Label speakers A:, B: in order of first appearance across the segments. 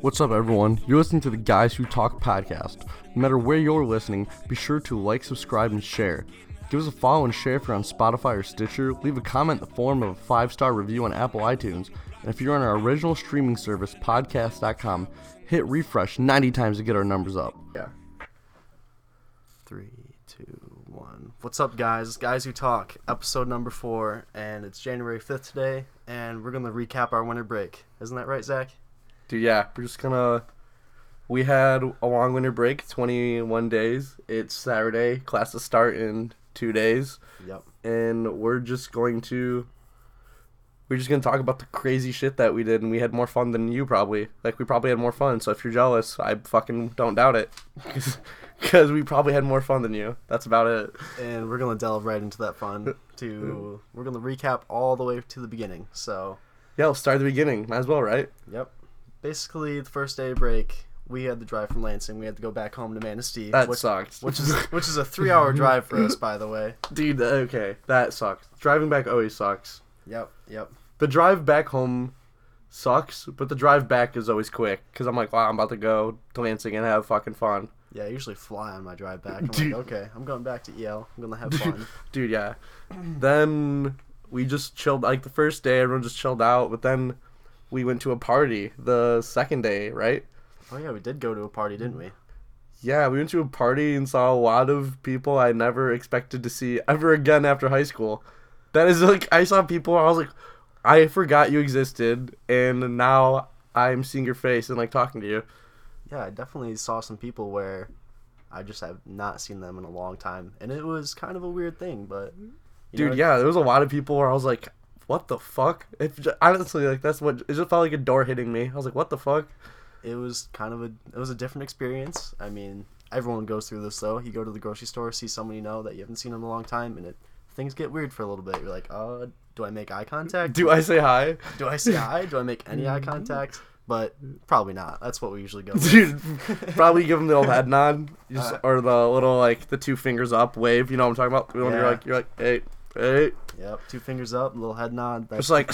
A: What's up, everyone? You're listening to the Guys Who Talk podcast. No matter where you're listening, be sure to like, subscribe, and share. Give us a follow and share if you're on Spotify or Stitcher. Leave a comment in the form of a five star review on Apple iTunes. And if you're on our original streaming service, podcast.com, hit refresh 90 times to get our numbers up.
B: Yeah. Three, two, one. What's up, guys? Guys Who Talk, episode number four, and it's January 5th today, and we're going to recap our winter break. Isn't that right, Zach?
A: Dude, yeah, we're just gonna. We had a long winter break, 21 days. It's Saturday. Classes start in two days.
B: Yep.
A: and we're just going to we're just going to talk about the crazy shit that we did and we had more fun than you probably like we probably had more fun so if you're jealous i fucking don't doubt it because we probably had more fun than you that's about it
B: And we're going to delve right into that fun. To We're going to recap all the way to the beginning. So,
A: yeah let's start at the beginning might as well right
B: yep. Basically, the first day of break, we had the drive from Lansing. We had to go back home to Manistee.
A: that
B: which,
A: sucked
B: which is which is a three hour drive for us, by the way.
A: dude that- okay that sucks driving back always sucks
B: Yep, yep.
A: the drive back home sucks but the drive back is always quick because i'm like wow i'm about to go to lansing and have fucking fun
B: Yeah, I usually fly on my drive back. I'm
A: Dude.
B: like, okay, I'm going back to EL. I'm gonna have fun.
A: dude yeah then we just chilled like the first day everyone just chilled out but then we went to a party the second day right
B: oh yeah, we did go to a party, didn't we?
A: yeah we went to a party and saw a lot of people i never expected to see ever again after high school that is like i saw people i was like i forgot you existed and now i'm seeing your face and like talking to you
B: Yeah, I definitely saw some people where I just have not seen them in a long time, and it was kind of a weird thing. But you
A: dude
B: know,
A: yeah there was a lot of people where i was like what the fuck if honestly like that's what it just felt like a door hitting me i was like what the fuck
B: it was kind of a it was a different experience. I mean, everyone goes through this though. You go to the grocery store, see someone you know that you haven't seen in a long time, and it things get weird for a little bit. You're like, uh, do I make eye contact?
A: do i say hi
B: do I say hi? Do I make any
A: Mm-hmm.
B: eye contact? But probably not. That's what we usually go. With.
A: Dude, probably give him the old head nod, just,
B: Uh,
A: or the little like the two fingers up wave. You know what I'm talking about? When You're
B: Yeah.
A: like, you're like, hey, hey,
B: Yep, two fingers up, little head nod. That's
A: just like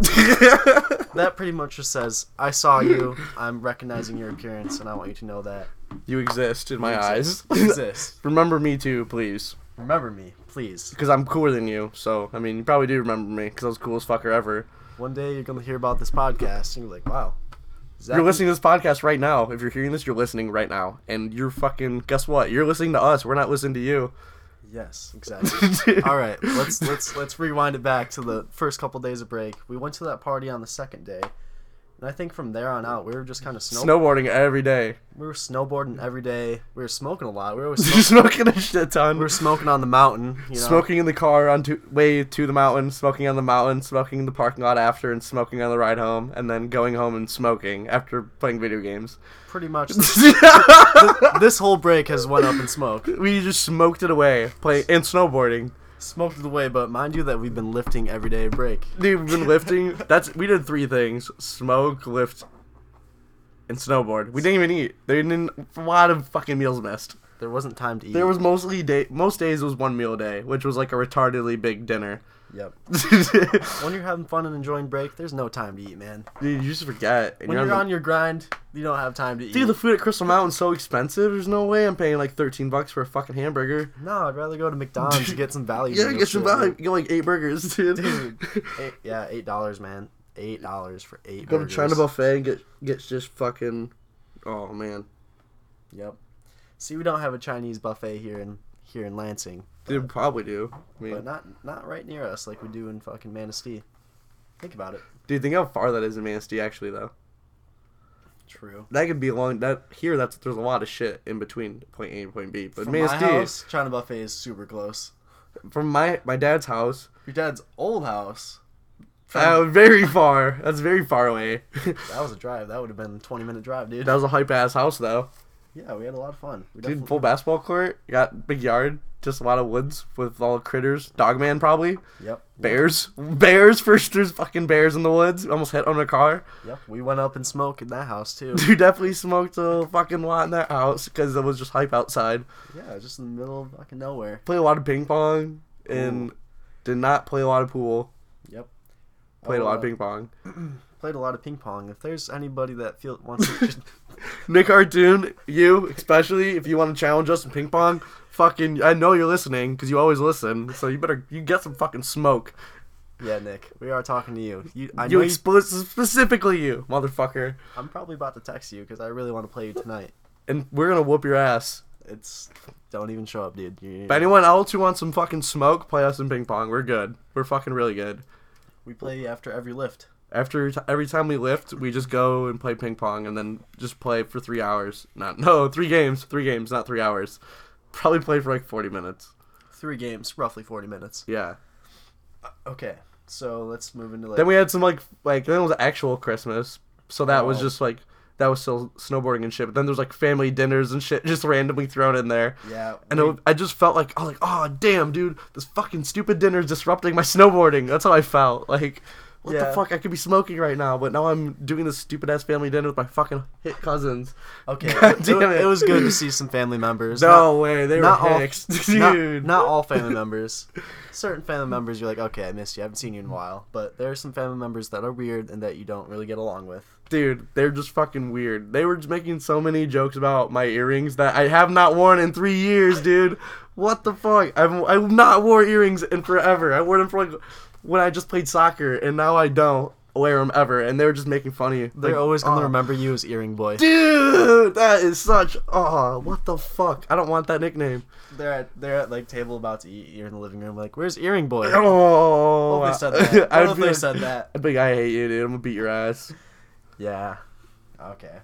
A: Asada.
B: that pretty much just says, "I saw you. I'm recognizing your appearance, and I want you to know that
A: you exist in my
B: you
A: eyes.
B: exist. You exist.
A: remember me too, please,
B: Remember me, please.
A: because I'm cooler than you. So I mean, you probably do remember me because I was the coolest fucker ever.
B: One day you're gonna hear about this podcast, and you're like, wow." Zach,
A: You're listening to this podcast right now. If you're hearing this, you're listening right now, and you're fucking. Guess what? You're listening to us. We're not listening to you.
B: Yes, exactly. All right, let's let's let's rewind it back to the first couple days of break. We went to that party on the second day, and I think from there on out we were just kind of snow.
A: Snowboarding every day.
B: we were snowboarding every day. We were smoking a lot. We were always
A: You're
B: smoking,
A: smoking a shit ton.
B: we were smoking on the mountain. You know?
A: Smoking in the car on to, way to the mountain, smoking on the mountain, smoking in the parking lot after, and smoking on the ride home, and then going home and smoking after playing video games.
B: Pretty much, this whole break has went up in smoke.
A: we just smoked it away, play and snowboarding.
B: Smoked it away, but mind you that we've been lifting every day of break.
A: Dude, we've been lifting. That's we did three things: smoke, lift, and snowboard. We didn't even eat. They didn't a lot of fucking meals missed.
B: There wasn't time to eat.
A: There was mostly day. Most days it was one meal a day, which was like a retardedly big dinner.
B: Yep.
A: Dude,
B: When you're having fun and enjoying break, there's no time to eat, man.
A: you just forget. and
B: When you're
A: the-
B: on your grind, you don't have time to eat.
A: Dude, the food at Crystal Mountain's so expensive. There's no way I'm paying like 13 bucks for a fucking hamburger.
B: no, I'd rather go to McDonald's to get some value.
A: Yeah,
B: for
A: get
B: this
A: some
B: shit,
A: value. Get like eight burgers, dude.
B: Dude, eight, yeah, eight dollars, man. Eight dollars for eight.
A: Go to
B: burgers.
A: China Buffet and get get just fucking. Oh man,
B: Yep. See, we don't have a Chinese buffet here in here in Lansing,
A: dude, probably do. I mean,
B: but not not right near us like we do in fucking Manistee. Think about it.
A: dude, think how far that is in Manistee actually though.
B: True.
A: That could be long. That here, that's there's a lot of shit in between point A and point B. But
B: From
A: Manistee,
B: my house, China buffet is super close.
A: from my my dad's house,
B: Your dad's old house.
A: uh, very far. That's very far away. that
B: That was a drive. That would have been a 20 minute drive, dude.
A: was a hype ass house though.
B: Yeah, we had a lot of fun. We
A: Dude,
B: definitely-
A: full basketball court. You got big yard, just a lot of woods with all critters. Dogman probably.
B: Yep.
A: Bears. Bears first there's fucking bears in the woods. Almost hit on a car.
B: Yep. We went up and smoked in that house too.
A: Dude definitely smoked a fucking lot in that house because it was just hype outside.
B: yeah, it was just in the middle of fucking nowhere.
A: Played a lot of ping pong and did not play a lot of pool.
B: Yep.
A: Played a lot of
B: Uh,
A: ping pong.
B: Played a lot of ping pong. If there's anybody that feel wants to just
A: Nick Artoon, you especially, if you want to challenge us in ping pong, fucking, I know you're listening because you always listen. So you better you get some fucking smoke.
B: Yeah, Nick, we are talking to you. You, I
A: you
B: know you,
A: explicit specifically you, motherfucker,
B: I'm probably about to text you because I really want to play you tonight.
A: and we're gonna whoop your ass.
B: It's don't even show up, dude. You,
A: If anyone else who wants some fucking smoke, play us in ping pong. We're good. We're fucking really good.
B: we play after every lift.
A: After t- every time we lift, we just go and play ping pong, and then just play for three hours. Not no three games, three games, not three hours. Probably play for like forty minutes.
B: Three games, roughly 40 minutes.
A: Yeah.
B: Okay, so let's move into like
A: Then we had some like like then it was actual Christmas, so that was
B: Oh.
A: just like that was still snowboarding and shit. But then there's like family dinners and shit just randomly thrown in there.
B: yeah,
A: And
B: we-
A: it, I just felt like, oh, like, oh, damn, dude, this fucking stupid dinner is disrupting my snowboarding. That's how I felt. Like, what the
B: Yeah.
A: fuck? I could be smoking right now, but now I'm doing this stupid ass family dinner with my fucking hit cousins.
B: okay,
A: God
B: it,
A: damn it.
B: it was good to see some family members.
A: No way, they were
B: not all-
A: hicks,
B: not,
A: dude.
B: not all family members. Certain family members, you're like, okay, I missed you. I haven't seen you in a while. But there are some family members that are weird and that you don't really get along with.
A: dude, they're just fucking weird. They were just making so many jokes about my earrings that I have not worn in three years, dude. What the fuck? I've I've not wore earrings in forever. I wore them for like when I just played soccer, and now I don't wear them ever. And they were just making funny.
B: They're always gonna
A: remember.
B: remember you as earring boy.
A: uh, Dude, that is such. Oh, what the fuck? I don't want that nickname.
B: They're at they're at like table about to eat. You're in the living room, like, where's earring boy?
A: Oh,
B: What if they said that?
A: I
B: What
A: would
B: if
A: be
B: they
A: like,
B: said that?
A: I think I hate you, dude. I'm gonna beat your ass.
B: Yeah. Okay.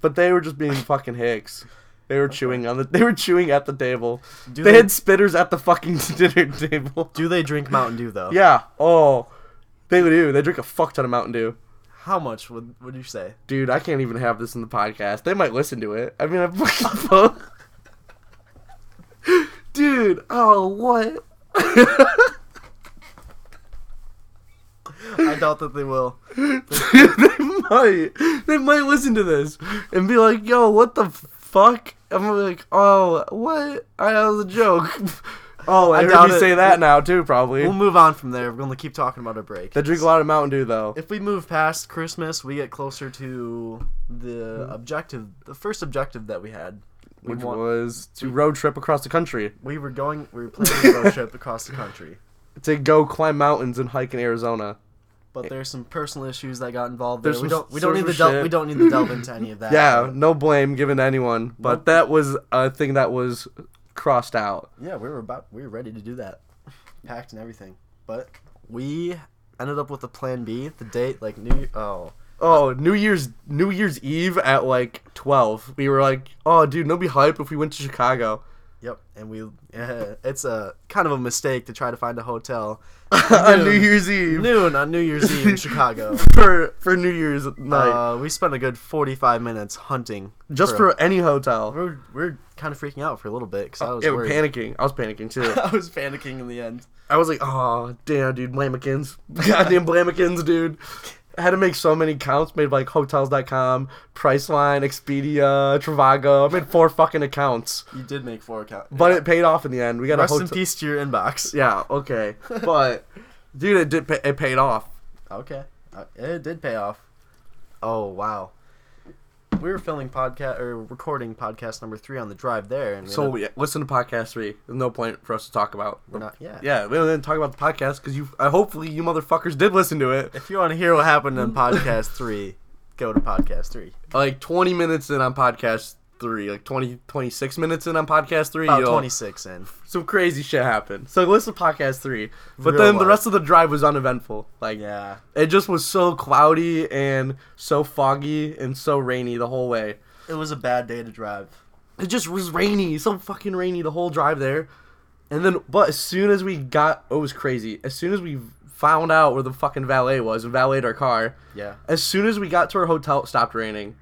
A: But they were just being fucking hicks. They were chewing on the. They were chewing at the table.
B: Do
A: they,
B: they-
A: had spitters at the fucking dinner table.
B: Do they drink Mountain Dew though?
A: Yeah. Oh, they do. They drink a fuck ton of Mountain Dew.
B: How much would would you say?
A: Dude, I can't even have this in the podcast. They might listen to it. I mean, I fucking both. Dude, oh what?
B: I doubt that they will.
A: they might. They might listen to this and be like, "Yo, what the fuck?" I'm gonna be like, "Oh, what? I that was a joke." oh, I,
B: I
A: heard
B: doubt
A: you
B: it.
A: say that now too. Probably.
B: We'll move on from there. We're gonna keep talking about a break.
A: they drink a lot of Mountain Dew though.
B: If we move past Christmas, we get closer to the objective, the first objective that we had. We,
A: Which
B: want-
A: was to road trip across the country
B: we were going, we were planning a road trip across the country,
A: to go climb mountains and hike in Arizona.
B: but there's some personal issues that got involved
A: Eh. There's
B: there. We
A: some
B: don't, we don't need to
A: social
B: delve,
A: shit.
B: we don't need to delve into any of that.
A: Yeah, no blame given to anyone, but
B: Nope.
A: that was a thing that was crossed out.
B: Yeah, we were about we were ready to do that, packed and everything. But we ended up with a plan B. The date, like New oh
A: Oh, New Year's New Year's Eve at like twelve, we were like, "Oh, dude, no be hype if we went to Chicago."
B: yep, and we it's a kind of a mistake to try to find a hotel
A: on New
B: Noon.
A: Year's Eve
B: noon on New Year's Eve in Chicago.
A: for for New Year's night,
B: Uh, we spent a good forty five minutes hunting
A: just for any hotel.
B: we're we're kind of freaking out for a little bit because I was
A: yeah, we're
B: worried.
A: panicking. I was panicking too.
B: I was Uh, panicking in the end.
A: I was like, "Oh, damn, dude, Blamikins, goddamn Blamikins, dude." I had to make so many accounts. Made like Hotels.com, Priceline, Expedia, Trivago. I made four fucking accounts,
B: You did make four accounts,
A: but it paid off in the end. We got
B: rest
A: a
B: in
A: hotel.
B: peace to your inbox.
A: Yeah, okay, but dude, it did. Pa- it paid off.
B: Okay. Uh, It did pay off. Oh, wow. We were filming podcast or recording podcast number three on the drive there, and we
A: So
B: ended-
A: yeah, listen to podcast three. There's no point for us to talk about.
B: we're not. Yeah.
A: Yeah, we didn't talk about the podcast because you. Uh, hopefully, you motherfuckers did listen to it.
B: If you want to hear what happened on podcast three, go to podcast three.
A: Like 20 minutes in on podcast three, like 20, 26 minutes in on podcast three.
B: About
A: you'll-
B: twenty six Oh, in.
A: Some crazy shit happened. So listen to podcast three, but
B: Real
A: then the
B: life.
A: rest of the drive was uneventful. Like
B: Yeah.
A: it just was so cloudy and so foggy and so rainy the whole way.
B: It was a bad day to drive.
A: It just was rainy, so fucking rainy the whole drive there. And then, but as soon as we got, it was crazy. As soon as we found out where the fucking valet was and valeted our car,
B: Yeah.
A: as soon as we got to our hotel, it stopped raining.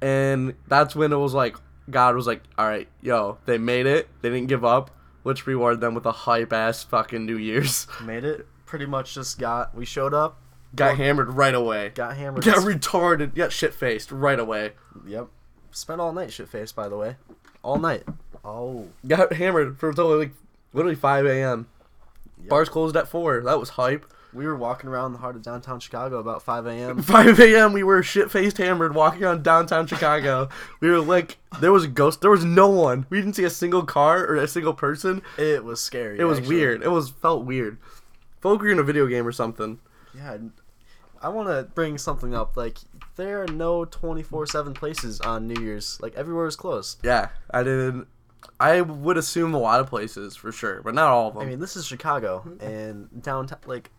A: And that's when it was like, God was like, all right, yo, they made it. They didn't give up. Let's reward them with a hype ass fucking New Year's.
B: Made it. Pretty much just got. We showed up,
A: Got hammered right away. Got,
B: got hammered.
A: retarded. Got shit faced right away.
B: yep. Spent all night shit face. By the way, all night. Oh.
A: Got hammered for until like literally 5 a.m. Bars closed at 4. That was hype.
B: We were walking around the heart of downtown Chicago about 5 a.m.
A: 5 a.m. We were shit faced hammered walking around downtown Chicago. we were like, there was a ghost. There was no one. We didn't see a single car or a single person.
B: It was scary.
A: It was
B: actually.
A: weird. It was felt weird. Felt like we were in a video game or something.
B: Yeah, and I want to bring something up. Like there are no 24/7 places on New Year's. Like everywhere is closed.
A: Yeah, I didn't. I would assume a lot of places for sure, but not all of them.
B: I mean, this is Chicago
A: Mm-hmm.
B: and downtown. Like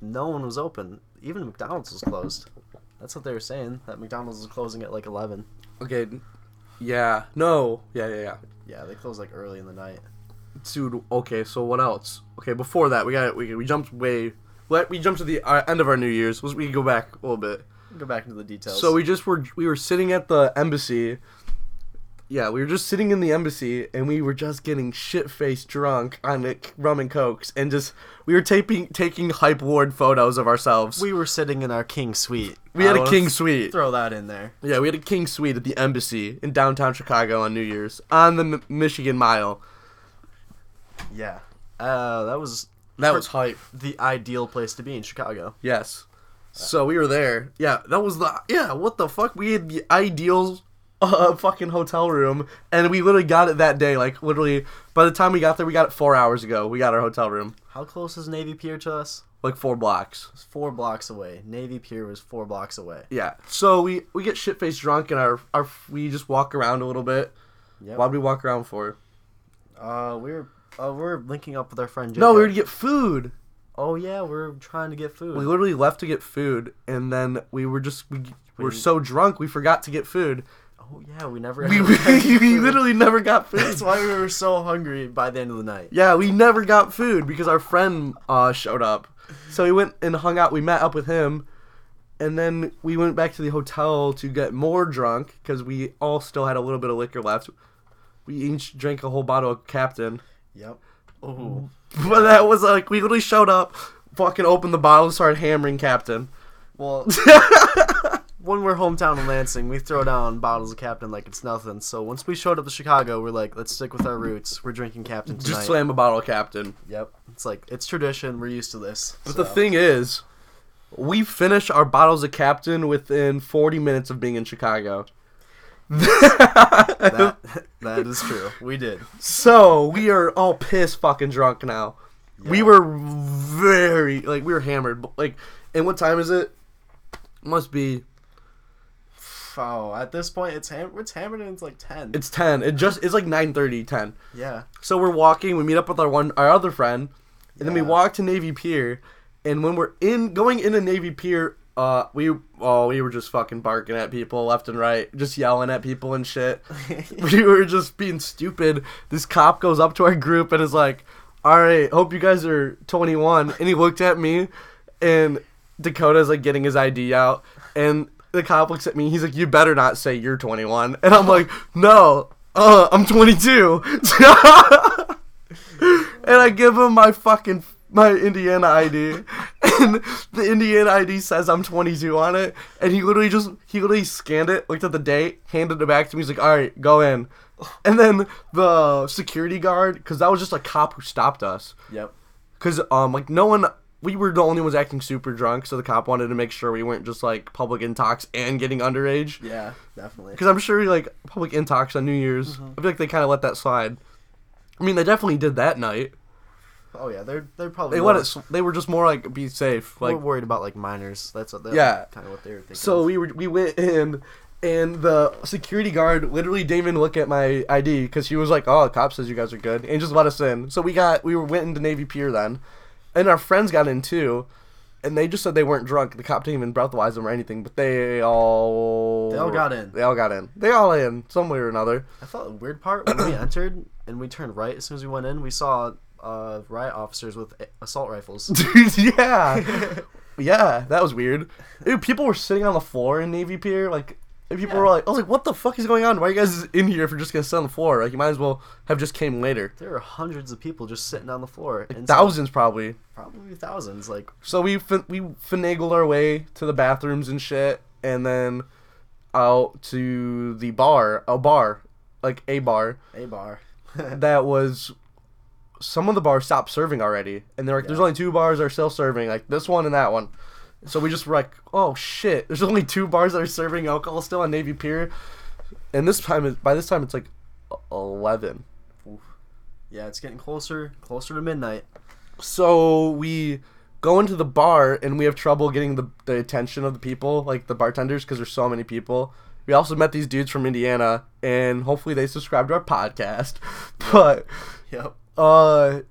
B: no one was open. Even McDonald's was closed. That's what they were saying. That McDonald's was closing at like 11.
A: okay, yeah, no, yeah, yeah, yeah.
B: Yeah, they closed like early in the night.
A: dude. Okay, so what else? Okay, before that, we got we, we jumped way. Let we jumped to the uh, end of our New Year's. Let's we go back a little bit.
B: Go back into the details.
A: So we just were we were sitting at the embassy. Yeah, we were just sitting in the embassy, and we were just getting shit faced drunk on like, rum and cokes, and just we were taping taking hype ward photos of ourselves. We,
B: we were sitting in our king suite.
A: had
B: I
A: a
B: wanna
A: king suite.
B: Throw that in there.
A: Yeah, we had a king suite at the embassy in downtown Chicago on New Year's on the M- Michigan Mile.
B: Yeah. Uh, that was
A: That was hype.
B: the ideal place to be in Chicago.
A: Yes. So we were there. Yeah, that was the yeah. What the fuck? We had the ideal uh, fucking hotel room, and we literally got it that day. Like literally, by the time we got there, we got it four hours ago. We got our hotel room,
B: How close is Navy Pier to us?
A: like four blocks.
B: It's four blocks away. Navy Pier was four blocks away.
A: Yeah. So we we get shit faced drunk, and our our we just walk around a little bit.
B: Yep.
A: Why'd we walk around for?
B: Uh, we were uh, we are linking up with our friend. Jacob.
A: No, we were to get food.
B: Oh yeah, we are trying to get food.
A: We literally left to get food, and then we were just we, we were so drunk we forgot to get food.
B: oh yeah, we never.
A: We, we, literally never got food.
B: That's why we were so hungry by the end of the night.
A: Yeah, we never got food because our friend uh, showed up. So we went and hung out. We met up with him, and then we went back to the hotel to get more drunk because we all still had a little bit of liquor left. We each drank a whole bottle of Captain,
B: Yep. Oh.
A: but that was like we literally showed up, fucking opened the bottle, and started hammering Captain.
B: Well. When we're hometown in Lansing, we throw down bottles of Captain like it's nothing. So once we showed up to Chicago, we're like, let's stick with our roots. We're drinking Captain tonight.
A: Just slam a bottle of Captain.
B: Yep. It's like it's tradition. We're used to this.
A: But the thing is, we finish our bottles of Captain within 40 minutes of being in Chicago.
B: that, that is true. We did.
A: So we are all piss fucking drunk now. We
B: Yeah.
A: were very like we were hammered. but, Like, and what time is it? Must be
B: Oh, at this point, it's ham- it's hammered and it's like ten.
A: it's ten. It just it's like 9:30, 10.
B: yeah.
A: So we're walking. We meet up with our one our other friend, and then we
B: Yeah.
A: walk to Navy Pier. And when we're in going into Navy Pier, uh, we oh we were just fucking barking at people left and right, just yelling at people and shit. we were just being stupid. This cop goes up to our group and is like, "All right, hope you guys are 21." And he looked at me, and Dakota's like getting his ID out, and the cop looks at me. He's like, "You better not say you're 21." And I'm like, "No, uh, I'm 22." and I give him my fucking my Indiana ID, and the Indiana ID says I'm 22 on it, and he literally just he literally scanned it, looked at the date, handed it back to me. He's like, "All right, go in," and then the security guard, because that was just a cop who stopped us,
B: Yep.
A: because um like no one. We were the only ones acting super drunk, so the cop wanted to make sure we weren't just like public intox and getting underage.
B: Yeah. Definitely.
A: Because I'm sure like public intox on New Year's, I feel like they kind of let that slide. I mean, they definitely did that night.
B: Oh yeah, they're they're probably
A: They
B: more,
A: let it. They were just more like be safe.
B: more
A: Like
B: worried about like minors. That's what. That's
A: Yeah.
B: Kind of what they were thinking.
A: so, we were we went in, and the security guard literally didn't even look at my ID because he was like, "Oh, the cop says you guys are good," and just let us in. So we got we were went into Navy Pier then, and our friends got in too, and they just said they weren't drunk. The cop didn't even breathalyze them or anything, but they all
B: They all got in.
A: They all got in. They all in some way or another.
B: I thought the weird part when we entered and we turned right as soon as we went in, we saw uh, riot officers with a- assault rifles.
A: Dude, yeah. yeah, that was weird. Dude, people were sitting on the floor in Navy Pier, like and people
B: Yeah.
A: were like I was like, What the fuck is going on? Why are you guys in here if you're just gonna sit on the floor? Like you might as well have just came later.
B: there were hundreds of people just sitting on the floor. and some-
A: Thousands probably.
B: probably thousands. Like
A: So we fin- we finagled our way to the bathrooms and shit and then out to the bar a bar. Like a bar.
B: a bar.
A: That was some of the bars stopped serving already, and they're like, "There's
B: Yeah.
A: only two bars that are still serving, like this one and that one." So we just were like, "Oh shit! There's only two bars that are serving alcohol still on Navy Pier," and this time, it, by this time, it's like eleven.
B: Yeah, it's getting closer, closer to midnight.
A: So we go into the bar, and we have trouble getting the the attention of the people, like the bartenders, because there's so many people. We also met these dudes from Indiana, and hopefully they subscribe to our podcast, but.
B: Yep.
A: uh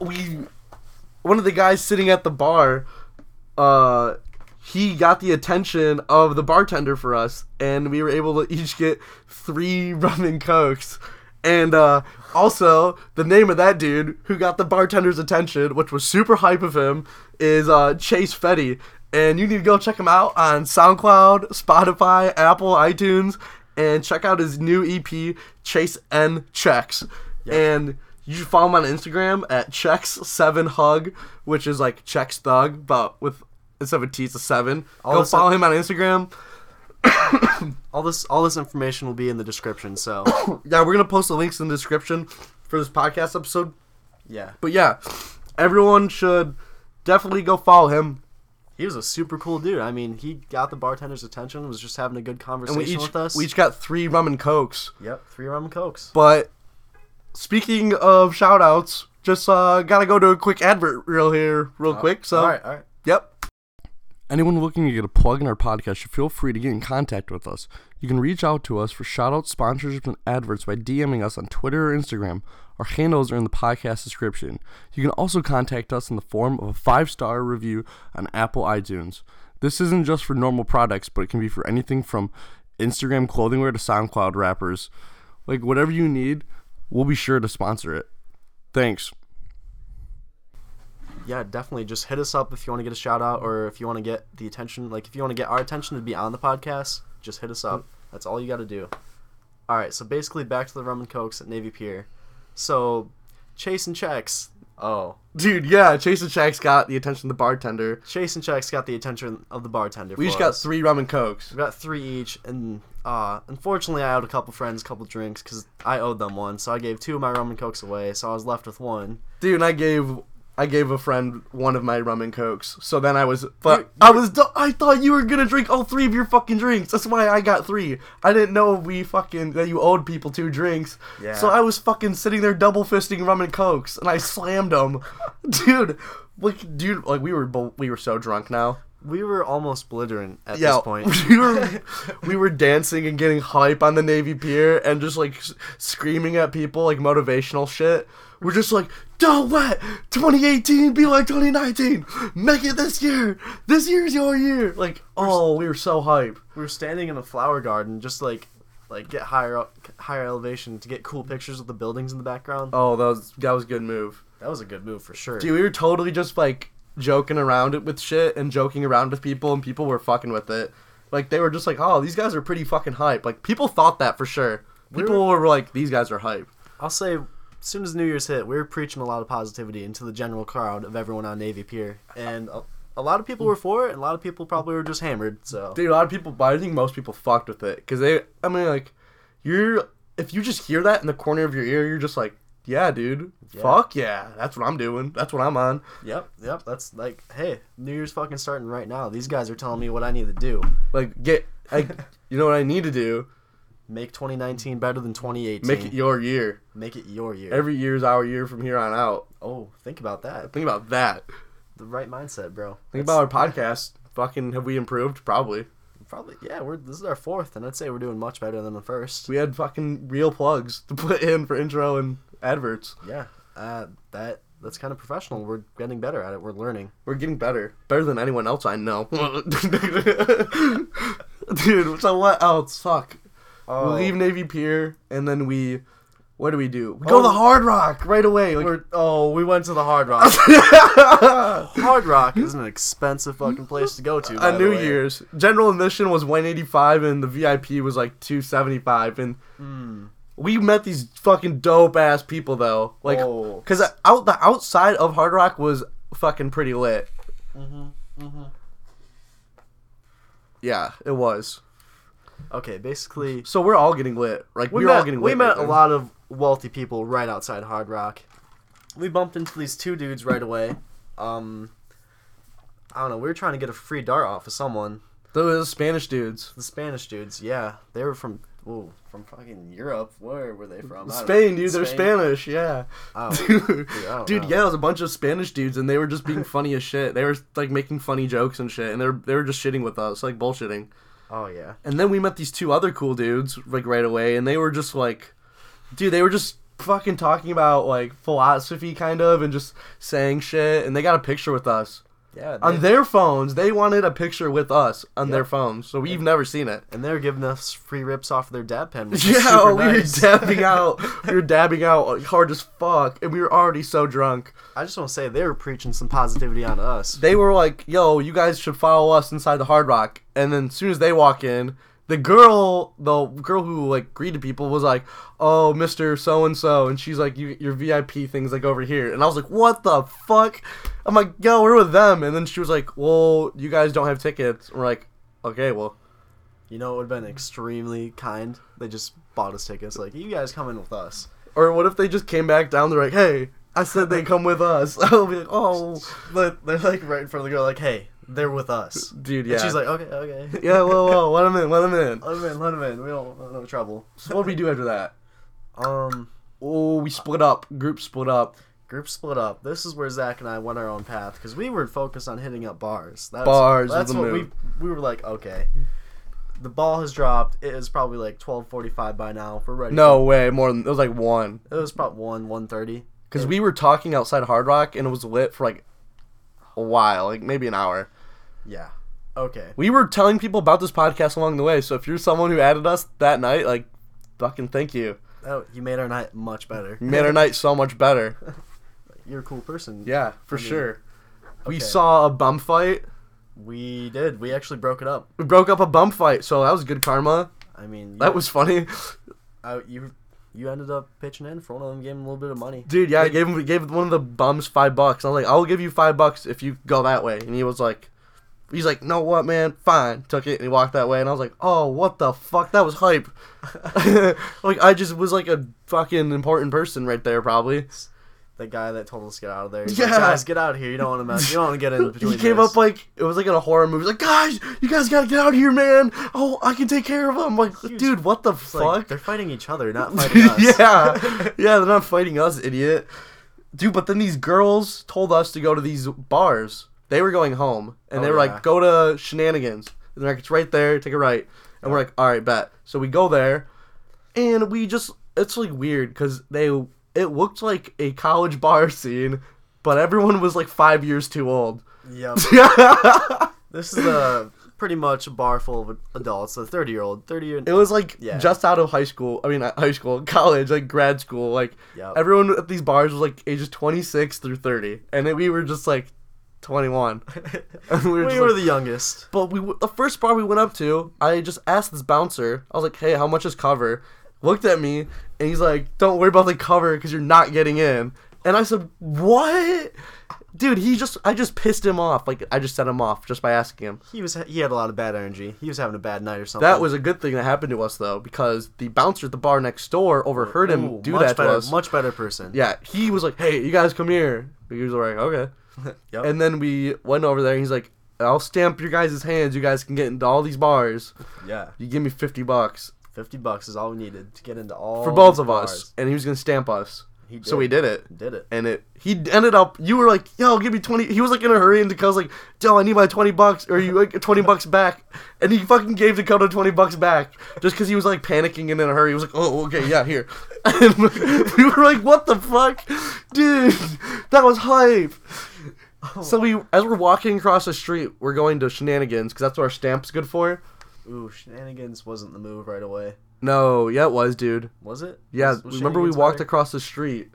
A: we one of the guys sitting at the bar uh he got the attention of the bartender for us and we were able to each get three rum and cokes and uh also the name of that dude who got the bartender's attention which was super hype of him is uh chase fetty and you need to go check him out on soundcloud spotify apple itunes and check out his new ep chase n checks and you should follow him on Instagram at checks7hug, which is like checks thug, but with instead of a T, it's a seven. Go
B: this-
A: follow him on Instagram.
B: All this, all this information will be in the description. So,
A: Yeah, we're gonna post the links in the description for this podcast episode.
B: yeah,
A: But yeah, everyone should definitely go follow him.
B: he was a super cool dude. I mean, he got the bartender's attention. Was just having a good
A: And
B: conversation
A: we each
B: with us.
A: we each got three rum and cokes.
B: yep, three rum and cokes.
A: But speaking of shout outs, just uh gotta go to a quick advert real here real quick. So
B: Oh, all right, all right.
A: Yep. Anyone looking to get a plug in our podcast should feel free to get in contact with us. You can reach out to us for shout-out sponsorships and adverts by DMing us on Twitter or Instagram. Our handles are in the podcast description. You can also contact us in the form of a five-star review on Apple iTunes. This isn't just for normal products, but it can be for anything from Instagram clothing wear to SoundCloud wrappers. Like whatever you need, we'll be sure to sponsor it. Thanks.
B: Yeah, definitely. Just hit us up if you want to get a shout out or if you want to get the attention. Like, if you want to get our attention to be on the podcast, just hit us
A: Mm.
B: up. That's all you got to do. All right, so basically, back to the rum and cokes at Navy Pier. So, Chase and Checks. Oh,
A: Dude, yeah, Chase and Shaq's got the attention of the bartender.
B: Chase and Checks got the attention of the bartender.
A: We
B: for
A: each got
B: us.
A: three rum and cokes.
B: We got three each, and uh, unfortunately, I owed a couple friends a couple drinks because I owed them one. So I gave two of my rum and cokes away. So I was left with one.
A: Dude, and I gave I gave a friend one of my rum and cokes. So then I was but I was du- I thought you were gonna drink all three of your fucking drinks. That's why I got three. I didn't know we fucking that you owed people two drinks.
B: Yeah.
A: So I was fucking sitting there double fisting rum and cokes, and I slammed them, dude. Like, dude, like we were bo- we were so drunk now.
B: We were almost belligerent at
A: Yeah,
B: this point.
A: we were we were dancing and getting hype on the Navy Pier and just like s- screaming at people like motivational shit. We're just like, don't let 2018 be like 2019. Make it this year. This year's your year. Like, oh, we were so hype.
B: we were standing in a flower garden, just like like get higher up, higher elevation to get cool pictures of the buildings in the background.
A: Oh, that was that was a good move.
B: That was a good move for sure.
A: Dude, we were totally just like joking around it with shit and joking around with people, and people were fucking with it. Like they were just like, oh, these guys are pretty fucking hype. Like people thought that for sure. People were like, these guys are hype.
B: I'll say, as soon as New Year's hit, we were preaching a lot of positivity into the general crowd of everyone on Navy Pier, and a, a lot of people were for it, and a lot of people probably were just hammered. So
A: Dude, a lot of people, but I think most people fucked with it because they. I mean, like, you're if you just hear that in the corner of your ear, you're just like, yeah, dude, fuck yeah, that's what I'm doing, that's what I'm on.
B: yep, yep, that's like, hey, New Year's fucking starting right now. These guys are telling me what I need to do.
A: Like, get like, you know what I need to do?
B: Make 2019 better than 2018.
A: Make it your year.
B: Make it your year.
A: Every year's our year from here on out.
B: oh, think about that.
A: Think about that.
B: The right mindset, bro.
A: Think
B: That's-
A: about our podcast. Fucking, have we improved? Probably.
B: Probably, yeah. We're this is our fourth, and I'd say we're doing much better than the first.
A: We had fucking real plugs to put in for intro and adverts.
B: yeah, uh, that that's kind of professional. We're getting better at it. We're learning.
A: We're getting better. Better than anyone else I know. Dude, so what else? Fuck.
B: Oh.
A: We leave Navy Pier and then we what do we do? We go to the
B: Oh.
A: Hard Rock right away. Like,
B: We're, oh, we went to the Hard Rock. Hard Rock is an expensive fucking place to go to. by
A: on
B: the
A: New
B: way.
A: Year's. General admission was 185 and the VIP was like 275 and
B: Hmm.
A: we met these fucking dope ass people though. Like
B: Oh.
A: cuz out the outside of Hard Rock was fucking pretty lit.
B: Mm-hmm.
A: Yeah, it was.
B: Okay, basically,
A: So we're all getting lit. Like
B: we
A: we are
B: met,
A: all getting
B: we
A: lit.
B: met
A: right
B: a
A: there.
B: lot of wealthy people right outside Hard Rock. we bumped into these two dudes right away. Um, I don't know. We were trying to get a free dart off of someone.
A: Those Spanish dudes.
B: The Spanish dudes, yeah, they were from ooh, from fucking Europe. Where were they from? I don't
A: Spain,
B: know.
A: dude. They're Spanish. Yeah.
B: Oh,
A: Dude,
B: I don't
A: dude,
B: know.
A: yeah, it was a bunch of Spanish dudes, and they were just being funny as shit. They were like making funny jokes and shit, and they were they were just shitting with us, like bullshitting.
B: Oh yeah.
A: And then we met these two other cool dudes like right away, and they were just like, dude, they were just fucking talking about like philosophy kind of, and just saying shit. And they got a picture with us
B: Yeah. They,
A: on their phones. They wanted a picture with us on their
B: Yep.
A: phones, so we've never seen it.
B: and they were giving us free rips off of their dad pen. Which is
A: Yeah,
B: super
A: we
B: nice.
A: were dabbing out. We were dabbing out like, hard as fuck, and we were already so drunk.
B: I just want to say they were preaching some positivity on us.
A: They were like, "Yo, you guys should follow us inside the Hard Rock." And then as soon as they walk in, the girl, the girl who like greeted people, was like, "Oh, Mister So and So," and she's like, you, "Your VIP thing's like over here." And I was like, "What the fuck?" I'm like, "Yo, we're with them." And then she was like, "Well, you guys don't have tickets." And we're like, "Okay, well."
B: You know, it would have been extremely kind. They just bought us tickets. Like, you guys come in with us.
A: Or what if they just came back down? They're like, "Hey." I said they come with us. I'll be like, oh,
B: But they're like right in front of the girl. Like, hey, they're with us.
A: dude, yeah.
B: And she's like, okay, okay.
A: yeah, whoa, whoa, let him in, let him in.
B: Let 'em in, let 'em in. We don't want no trouble.
A: So what did we do after that?
B: Um,
A: Oh, we split up. Group split up.
B: group split up. This is where Zach and I went our own path because we were focused on hitting up bars. That's,
A: Bars was
B: That's
A: the
B: what
A: move.
B: we we were like. Okay, the ball has dropped. It is probably like twelve forty-five by now. We're ready.
A: No way, more than it was like one.
B: it was probably one one thirty.
A: Because we were talking outside Hard Rock and it was lit for like a while, like maybe an hour.
B: Yeah. Okay.
A: We were telling people about this podcast along the way. So if you're someone who added us that night, like fucking thank you.
B: Oh, you made our night much better.
A: You made our night so much better.
B: You're a cool person.
A: Yeah, for
B: mean,
A: sure. We
B: okay.
A: saw a bump fight.
B: We did. We actually broke it up.
A: We broke up a bump fight, so that was good karma.
B: I mean,
A: That
B: you-
A: was funny,
B: I, you. You ended up pitching in for one of them, gave him a little bit of money.
A: dude. Yeah, I gave him gave one of the bums five bucks. I was like, I'll give you five bucks if you go that way, and he was like, He's like, no, what, man? Fine. Took it and he walked that way, and I was like, oh, what the fuck? That was hype. like, I just was like a fucking important person right there, probably.
B: The guy that told us to get out of there. yeah,
A: Yeah.
B: guys, get out of here. You don't want to mess. You don't want to get in between.
A: He came
B: this."
A: up like it was like in a horror movie. He's like, guys, you guys gotta get out of here, man. Oh, I can take care of him. Like,
B: Huge-
A: dude, what the
B: It's like,
A: fuck?
B: they're fighting each other, not fighting us.
A: yeah, yeah, they're not fighting us, idiot. Dude, but then these girls told us to go to these bars. They were going home, and
B: Oh,
A: they were
B: yeah.
A: like, "Go to Shenanigans." And they're like, "It's right there. Take a right." And we're like, "All right, bet." So we go there, and we just—it's like weird because they it looked like a college bar scene, but everyone was like five years too old.
B: Yep. This is a pretty much a bar full of adults, a 30 year old, 30 year
A: It was like
B: Yeah.
A: just out of high school. I mean, not high school, college, like grad school. Like
B: Yep.
A: everyone at these bars was like ages 26 through 30, and then we were just like 21. And we
B: we
A: were, just
B: were
A: like-
B: the youngest.
A: but we w- the first bar we went up to, I just asked this bouncer. I was like, "Hey, how much is cover?" Looked at me, and he's like, "Don't worry about the cover because you're not getting in." And I said, "What?" Dude, he just I just pissed him off. Like I just set him off just by asking him.
B: He was he had a lot of bad energy. He was having a bad night or something.
A: That was a good thing that happened to us though, because the bouncer at the bar next door overheard him
B: Ooh,
A: do
B: much
A: that
B: better,
A: to us.
B: Much better person.
A: yeah, he was like, "Hey, you guys come here." He was like, "Okay,"
B: Yep.
A: and then we went over there. and He's like, "I'll stamp your guys' hands. You guys can get into all these bars.
B: yeah.
A: You give me fifty bucks
B: 50 bucks is all we needed to get into all
A: for both
B: these
A: of us,"
B: bars.
A: and he was gonna stamp us.
B: He did.
A: So we did it.
B: Did it.
A: And it he ended up. You were like, "Yo, give me 20 He was like in a hurry, and Dakota's like, "Yo, I need my twenty bucks, or you like twenty bucks back." And he fucking gave Dakota twenty bucks back just because he was like panicking and in a hurry. He was like, "Oh, okay, yeah, here." And we were like, "What the fuck, dude? That was hype." So we, as we're walking across the street, we're going to shenanigans because that's what our stamp's good for.
B: Ooh, shenanigans wasn't the move right away.
A: No, yeah, it was, dude.
B: Was it?
A: Yeah,
B: Was- was
A: remember we
B: shenanigans
A: walked
B: better?
A: across the street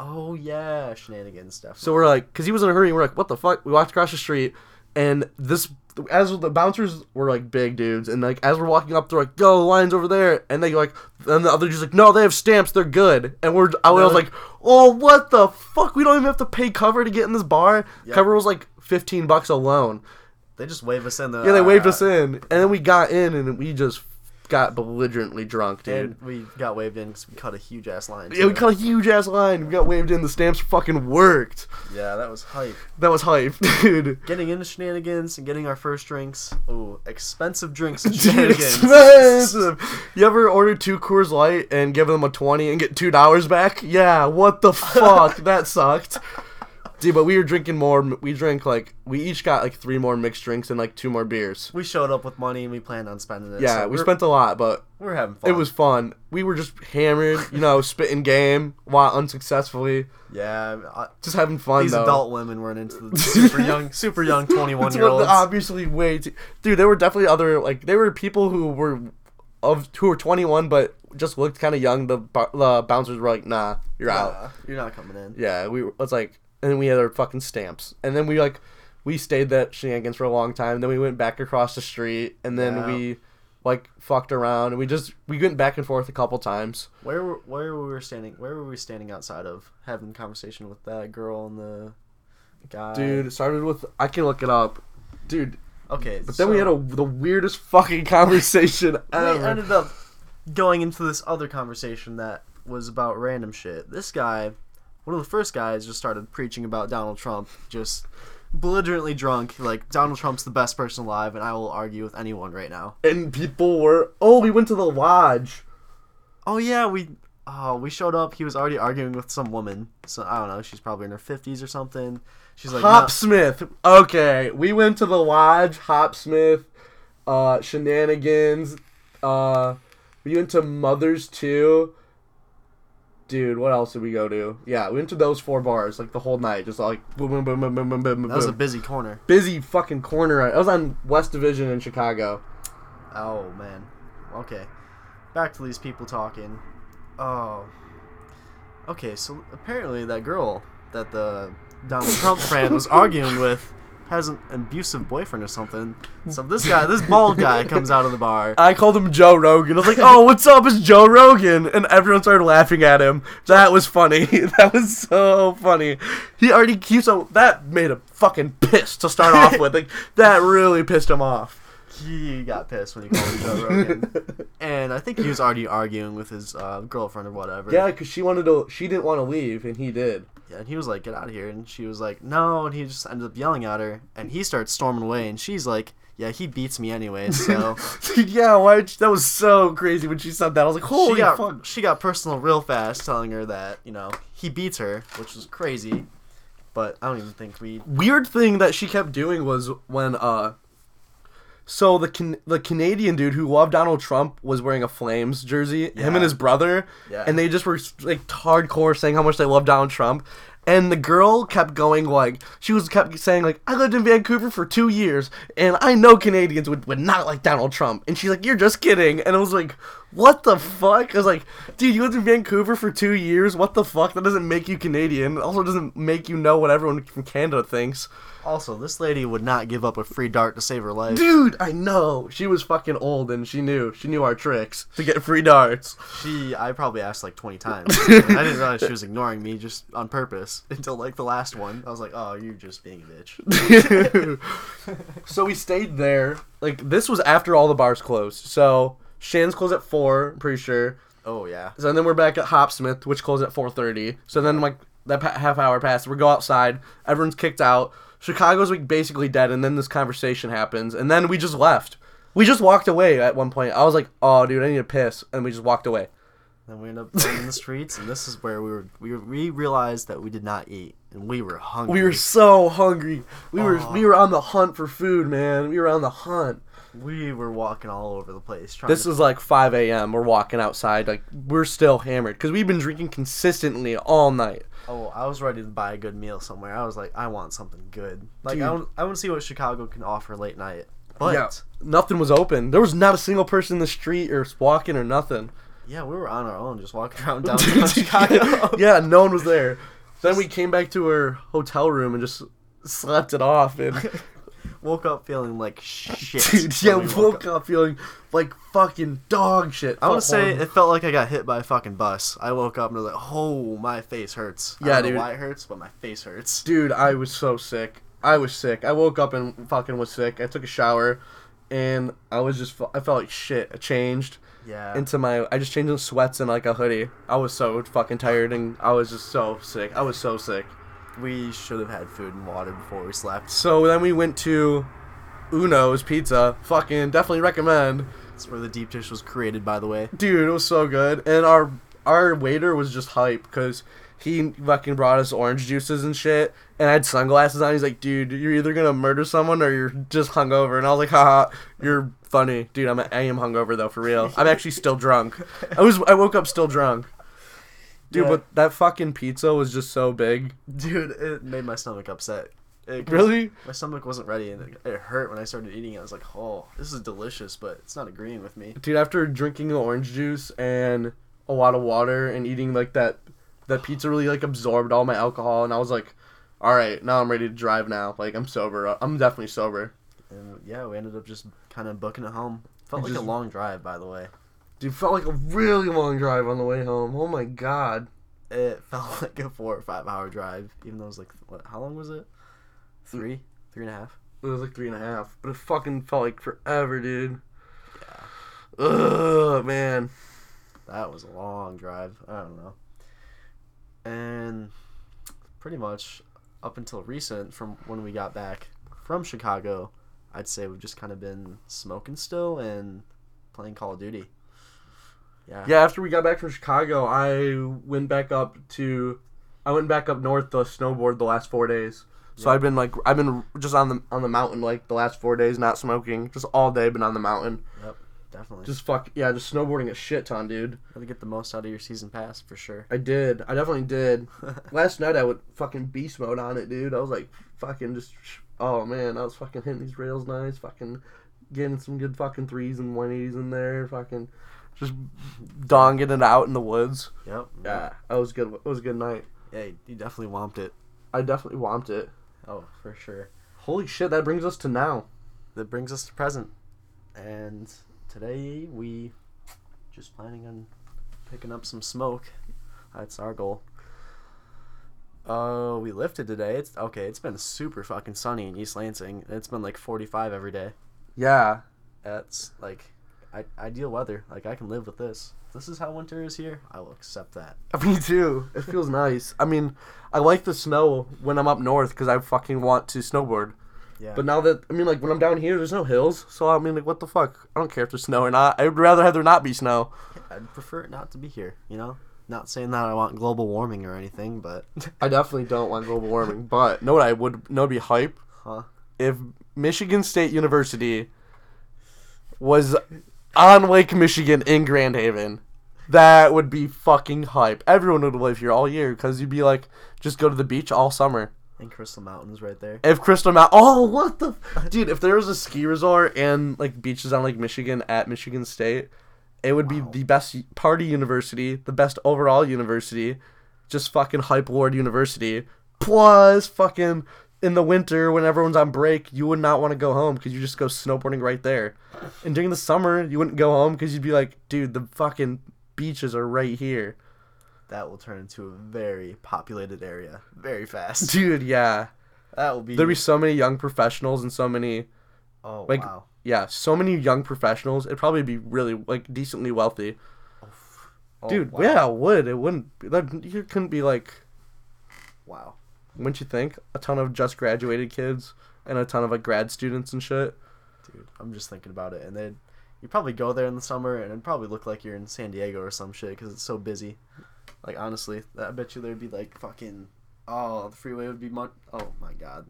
B: Oh yeah, shenanigans definitely.
A: So we're like, because he was in a hurry, and we're like, what the fuck? We walked across the street, and this, as the bouncers were like big dudes, and like as we're walking up, they're like, yo, the line's over there, and they like, and the other dude's like, no, they have stamps, they're good, and we're, I was
B: Really?
A: like, oh, what the fuck? We don't even have to pay cover to get in this bar.
B: Yeah.
A: Cover was like fifteen bucks alone.
B: they just wave us in the
A: Yeah, they waved
B: uh,
A: us in, and then we got in, and we just got belligerently drunk, dude.
B: And we got waved in because we caught a huge ass line.
A: yeah, we
B: too.
A: caught a huge ass line. We got waved in. The stamps fucking worked.
B: Yeah, that was hype.
A: That was hype, dude.
B: Getting into shenanigans and getting our first drinks. Oh, expensive drinks and
A: Dude,
B: shenanigans.
A: expensive. You ever order two Coors Light and give them a twenty and get two dollars back? Yeah, what the fuck? that sucked. Dude, but we were drinking more. We drank like we each got like three more mixed drinks and like two more beers.
B: we showed up with money and we planned on spending it.
A: Yeah,
B: so
A: we
B: we're-
A: spent a lot, but
B: We're having fun.
A: it was fun. We were just hammered, you know, spitting game while unsuccessfully,
B: Yeah, I,
A: just having fun.
B: these
A: though.
B: adult women weren't into the super young, super young twenty one
A: It's
B: year
A: what the-
B: olds.
A: obviously way too. Dude, there were definitely other like there were people who were of who were 21 but just looked kind of young. The bo- the bouncers were like, "Nah, you're out."
B: Nah, you're not coming in.
A: Yeah, we were, it's like and then we had our fucking stamps. And then we like we stayed that shenanigans for a long time. Then we went back across the street and then
B: Yeah.
A: we like fucked around and we just we went back and forth a couple times.
B: Where were where were we standing? Where were we standing outside of having a conversation with that girl and the guy?
A: Dude, it started with I can look it up. Dude,
B: okay.
A: but then we had a, the weirdest fucking conversation ever.
B: We ended up going into this other conversation that was about random shit. This guy, one of the first guys, just started preaching about Donald Trump, just belligerently drunk. Like Donald Trump's the best person alive, and I will argue with anyone right now.
A: and people were oh we went to the lodge
B: Oh yeah, we oh we showed up. He was already arguing with some woman. So I don't know. She's probably in her fifties or something. She's like,
A: Hop
B: "No."
A: Smith. okay we went to the lodge Hop Smith, uh shenanigans uh we went to mothers too dude what else did we go to yeah we went to those four bars like the whole night just like boom boom boom boom boom boom boom, boom.
B: that was a busy corner.
A: busy fucking corner i was on west division in chicago
B: Oh man. Okay. Back to these people talking. Oh. Okay, so apparently that girl that the Donald Trump fan was arguing with has an abusive boyfriend or something. So this guy, this bald guy, comes out of the bar.
A: I called him Joe Rogan. I was like, "Oh, what's up? It's Joe Rogan," and everyone started laughing at him. That was funny. That was so funny. He already he so that made him fucking pissed to start off with. Like that really pissed him off.
B: He got pissed when he called him Joe Rogan, and I think he was already arguing with his uh, girlfriend or whatever.
A: Yeah, because she wanted to. She didn't want to leave, and he did.
B: Yeah, and he was like, "Get out of here!" And she was like, "No!" And he just ended up yelling at her, and he starts storming away, and she's like, "Yeah, he beats me anyway, so."
A: yeah, why? That was so crazy when she said that. I was like,
B: she
A: "Holy
B: got
A: fuck!"
B: she got personal real fast, telling her that you know he beats her, which was crazy. But I don't even think we.
A: weird thing that she kept doing was when uh so the can- the Canadian dude who loved Donald Trump was wearing a Flames jersey, him
B: Yeah.
A: and his brother,
B: Yeah.
A: and they just were like hardcore saying how much they love Donald Trump. And the girl kept going like she was kept saying like I lived in Vancouver for two years and I know Canadians would, would not like Donald Trump and she's like you're just kidding and I was like what the fuck I was like dude you lived in Vancouver for two years what the fuck that doesn't make you Canadian it also doesn't make you know what everyone from Canada thinks
B: Also, this lady would not give up a free dart to save her life.
A: Dude, I know. She was fucking old and she knew. She knew our tricks to get free darts.
B: She, I probably asked like twenty times. I didn't realize she was ignoring me just on purpose until like the last one. I was like, "Oh, you're just being a bitch."
A: so we stayed there. Like this was after all the bars closed. So Shan's closed at four, I'm pretty sure.
B: Oh yeah.
A: So then we're back at Hopsmith, which closed at four thirty. So then like that pa- half hour passed. We go outside. Everyone's kicked out. Chicago's like basically dead. And then this conversation happens. And then we just left. We just walked away at one point. I was like, "Oh, dude, I need to piss," and we just walked away.
B: Then we ended up playing in the streets, and this is where we were. We, were, we realized that we did not eat, and we were hungry.
A: We were so hungry. We were we were on the hunt for food, man. We were on the hunt.
B: we were walking all over the place trying.
A: This
B: to,
A: was like 5 a.m. We're walking outside, like we're still hammered because we've been drinking consistently all night.
B: Oh, I was ready to buy a good meal somewhere. I was like, I want something good. Like
A: Dude.
B: I want, I want to see what Chicago can offer late night. But yeah.
A: nothing was open. There was not a single person in the street or walking or nothing.
B: we were on our own, just walking around downtown Chicago.
A: yeah, no one was there. Then we came back to our hotel room and just slept it off and
B: Woke up feeling like shit.
A: dude yeah
B: when we
A: woke, up. feeling like fucking dog shit
B: I
A: Felt
B: want to say
A: horrible.
B: it felt like I got hit by a fucking bus. I woke up and I was like, oh, my face hurts. I
A: Yeah,
B: don't
A: dude.
B: Know why it hurts, but my face hurts.
A: Dude, I was so sick. I was sick. I woke up and fucking was sick. I took a shower, and I was just I felt like shit. I changed
B: Yeah.
A: into my I just changed into sweats and like a hoodie. I was so fucking tired and I was just so sick. I was so sick.
B: we should have had food and water before we slept.
A: So then we went to Uno's Pizza. Fucking definitely recommend.
B: That's where the deep dish was created, by the way.
A: Dude, it was so good. And our our waiter was just hype because he fucking brought us orange juices and shit. And I had sunglasses on. He's like, dude, you're either gonna murder someone or you're just hungover. And I was like, haha, you're funny, dude. I'm I am hungover though, for real. I'm actually still drunk. I was I woke up still drunk. Dude,
B: Yeah.
A: but that fucking pizza was just so big.
B: Dude, it made my stomach upset. It-
A: Really?
B: My stomach wasn't ready, and it, it hurt when I started eating it. I was like, "Oh, this is delicious," but it's not agreeing with me.
A: dude after drinking the orange juice and a lot of water and eating like that that pizza really like absorbed all my alcohol and i was like all right now i'm ready to drive now like i'm sober Uh, i'm definitely sober
B: And yeah, we ended up just kind of booking it home. Felt
A: It
B: like a
A: just-
B: long drive, by the way.
A: dude felt like a really long drive on the way home oh my god
B: It felt like a four or five hour drive, even though it was like, what? How long was it? Three, three and a half.
A: it was like three and a half but it fucking felt like forever dude yeah Ugh, man
B: That was a long drive. I don't know. And pretty much up until recent, from when we got back from Chicago, I'd say we've just kind of been smoking still and playing Call of Duty. Yeah.
A: yeah after we got back from chicago i went back up to i went back up north to snowboard the last four days so
B: Yeah.
A: i've been like i've been just on the on the mountain like the last four days not smoking just all day been on the mountain
B: Yep. Definitely. Just
A: just fuck yeah just snowboarding a shit ton dude
B: to get the most out of your season pass for sure.
A: i did i definitely did last night i went fucking beast mode on it dude i was like fucking just oh man i was fucking hitting these rails nice fucking getting some good fucking threes and 180s in there fucking just donging it out in the woods
B: yep.
A: yeah that was good it was a good night
B: Yeah, you definitely womped it.
A: I definitely womped it.
B: Oh, for sure.
A: Holy shit, that brings us to now.
B: That brings us to present. And today we just planning on picking up some smoke. That's our goal. Oh, we lifted today. It's okay, it's been super fucking sunny in East Lansing. It's been like 45 every day.
A: Yeah.
B: That's like I, ideal weather. Like I can live with this. This is how winter is here. I will accept that.
A: Me too. It feels nice. I mean, I like the snow when I'm up north because I fucking want to snowboard.
B: Yeah.
A: But now that, I mean, like, when I'm down here, there's no hills. So, I mean, like, what the fuck? I don't care if there's snow or not. I would rather have there not be snow.
B: I'd prefer it not to be here, you know? Not saying that I want global warming or anything, but
A: I definitely don't want global warming. But, know what I would, know would be hype?
B: huh.
A: If Michigan State University was on Lake Michigan in Grand Haven, that would be fucking hype. Everyone would live here all year because you'd be like, just go to the beach all summer.
B: And Crystal Mountains right there.
A: If Crystal Mount, oh what the dude! If there was a ski resort and like beaches on like Michigan at Michigan State, it would
B: Wow.
A: be the best party university, the best overall university, just fucking hype lord university. Plus, fucking in the winter when everyone's on break, you would not want to go home because you just go snowboarding right there. And during the summer, you wouldn't go home because you'd be like, dude, the fucking beaches are right here,
B: That will turn into a very populated area very fast.
A: dude. Yeah,
B: That will be.
A: there'd be so many young professionals and so many
B: oh
A: like-
B: wow!
A: Yeah, so many young professionals. It'd probably be really like decently wealthy,
B: Oh,
A: dude.
B: wow.
A: Yeah, it would. It wouldn't. Be, that you couldn't be like,
B: Wow.
A: wouldn't you think? A ton of just graduated kids and a ton of like grad students and shit.
B: dude. I'm just thinking about it, and then you probably go there in the summer, and it'd probably look like you're in San Diego or some shit because it's so busy. Like honestly, I bet you there'd be like fucking. Oh, the freeway would be much. Oh my god.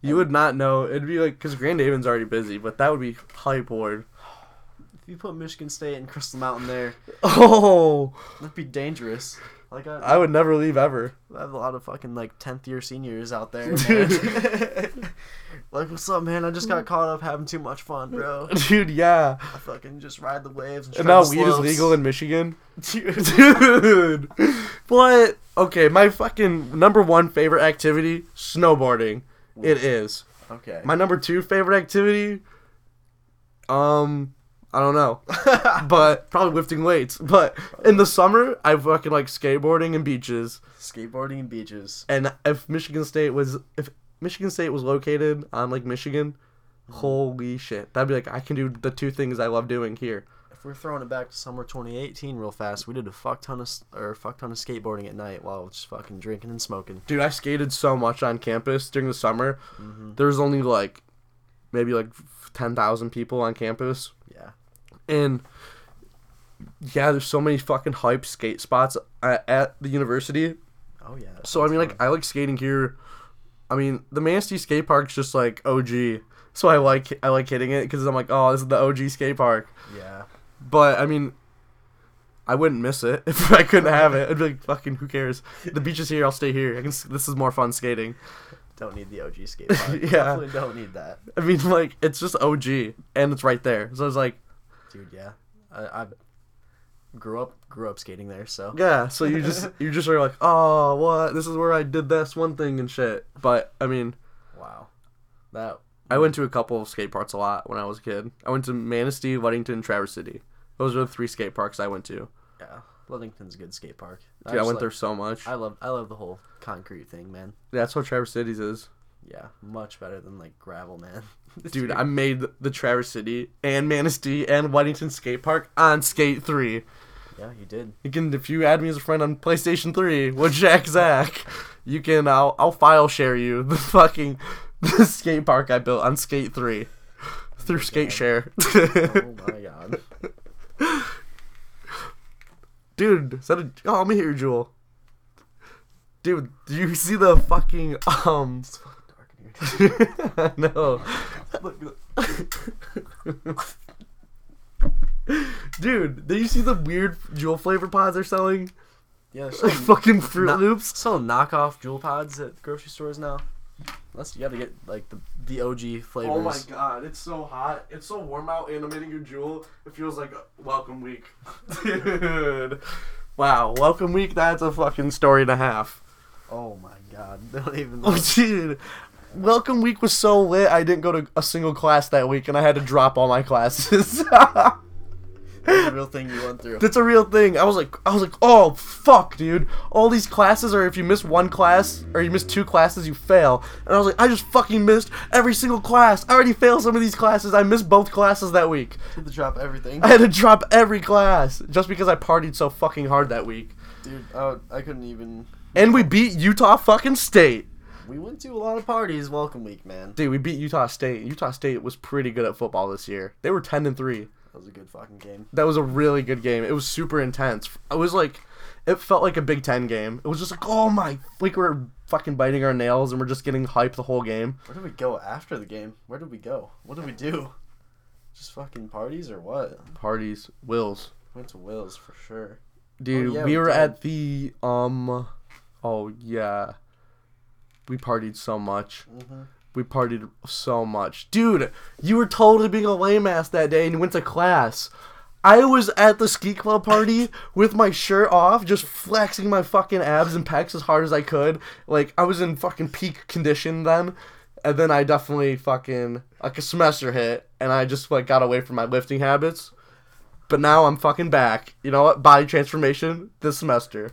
A: You would not know. It'd be like because Grand Haven's already busy, but that would be hype lord.
B: If you put Michigan State and Crystal Mountain there,
A: Oh,
B: that'd be dangerous. Like I,
A: I would never leave ever.
B: I have a lot of fucking like tenth year seniors out there.
A: Dude.
B: man. like, what's up, man? I just got caught up having too much fun, bro.
A: Dude, yeah.
B: I fucking just ride the waves. And,
A: And
B: now
A: now weed is legal in Michigan.
B: Dude.
A: Dude, what? Okay, my fucking number one favorite activity: snowboarding. It is.
B: Okay.
A: My number two favorite activity, um, I don't know, but probably lifting weights. But in the summer, I fucking like skateboarding and beaches.
B: skateboarding and beaches.
A: And if Michigan State was if Michigan State was located on like Michigan, Holy shit. That'd be like, I can do the two things I love doing here.
B: If we're throwing it back to summer 2018 real fast, we did a fuck ton of s- or fuck ton of skateboarding at night while just fucking drinking and smoking.
A: Dude, I skated so much on campus during the summer. There was only like maybe like 10,000 people on campus.
B: Yeah.
A: And yeah, there's so many fucking hype skate spots at, at the university.
B: Oh yeah. that
A: So I
B: sounds
A: mean,
B: fun.
A: like I like skating here. I mean, the Manstee skate park's just like OG. So I like I like hitting it because I'm like, oh, this is the OG skate park.
B: yeah.
A: But I mean, I wouldn't miss it if I couldn't have it. I'd be like, fucking, who cares? The beach is here. I'll stay here. I can. s- This is more fun skating.
B: Don't need the OG skate park.
A: Yeah.
B: Definitely don't need that,
A: I mean, like it's just OG and it's right there. So it's like,
B: dude. Yeah. I, I grew up grew up skating there, so
A: yeah. So you just you just are like, oh, what? This is where I did this one thing and shit. But I mean,
B: wow. That
A: I went to a couple of skate parks a lot when I was a kid. I went to Manistee, Ludington, Traverse City. Those are the three skate parks I went to. Dude,
B: yeah. Ludington's a good skate park.
A: I,
B: just
A: went
B: like-
A: there so much.
B: I love I love the whole concrete thing, man.
A: That's what Traverse Cities is.
B: Yeah, much better than like gravel, man.
A: Dude, I made the Traverse City and Manistee and Ludington skate park on Skate 3.
B: yeah, you did.
A: You can, if you add me as a friend on PlayStation 3 with Jack Zach, you can, I'll, I'll file share you the fucking the skate park I built on Skate 3 through Skate Share.
B: Oh my god.
A: Dude, is that a oh I'm here, Jewel. Dude, do you see the fucking um
B: It's fucking dark in here.
A: no. Dude, did you see the weird jewel flavor pods they're selling?
B: Yeah, so
A: Like fucking Fruit
B: No-
A: Loops.
B: selling knockoff jewel pods at grocery stores now. Unless you got to get like the the OG flavors.
A: Oh god, it's so hot. It's so warm out animating your jewel. It feels like welcome week. Dude. Wow, welcome week, that's a fucking story and a half.
B: Oh my god. Don't even.
A: Oh, dude. Welcome week was so lit. I didn't go to a single class that week, and I had to drop all my classes.
B: the real thing you went through.
A: That's a real thing. I was like, I was like, oh fuck, dude. All these classes are if you miss one class or you miss two classes, you fail. And I was like, I just fucking missed every single class. I already failed some of these classes. I missed both classes that week.
B: Did the drop everything,
A: I had to drop every class just because I partied so fucking hard that week.
B: dude. Oh, I couldn't even.
A: And we beat Utah fucking state.
B: We went to a lot of parties. Welcome week, man.
A: Dude, we beat Utah State. Utah State was pretty good at football this year. They were 10 and 3.
B: That was a good fucking game.
A: That was a really good game. It was super intense. I was like, it felt like a Big Ten game. It was just like, oh my, like we're fucking biting our nails and we're just getting hyped the whole game.
B: Where did we go after the game? Where did we go? What did we do? Just fucking parties or what?
A: Parties, wills,
B: Went to Will's for sure.
A: dude.
B: Oh, yeah,
A: we
B: we
A: were
B: did.
A: at the um, oh yeah, we partied so much.
B: Mm-hmm.
A: We partied so much, dude. You were totally being a lame ass that day and you went to class. I was at the ski club party with my shirt off, just flexing my fucking abs and pecs as hard as I could. Like I was in fucking peak condition then, and then I definitely fucking like a semester hit, and I just like got away from my lifting habits. But now I'm fucking back. You know what? Body transformation this semester.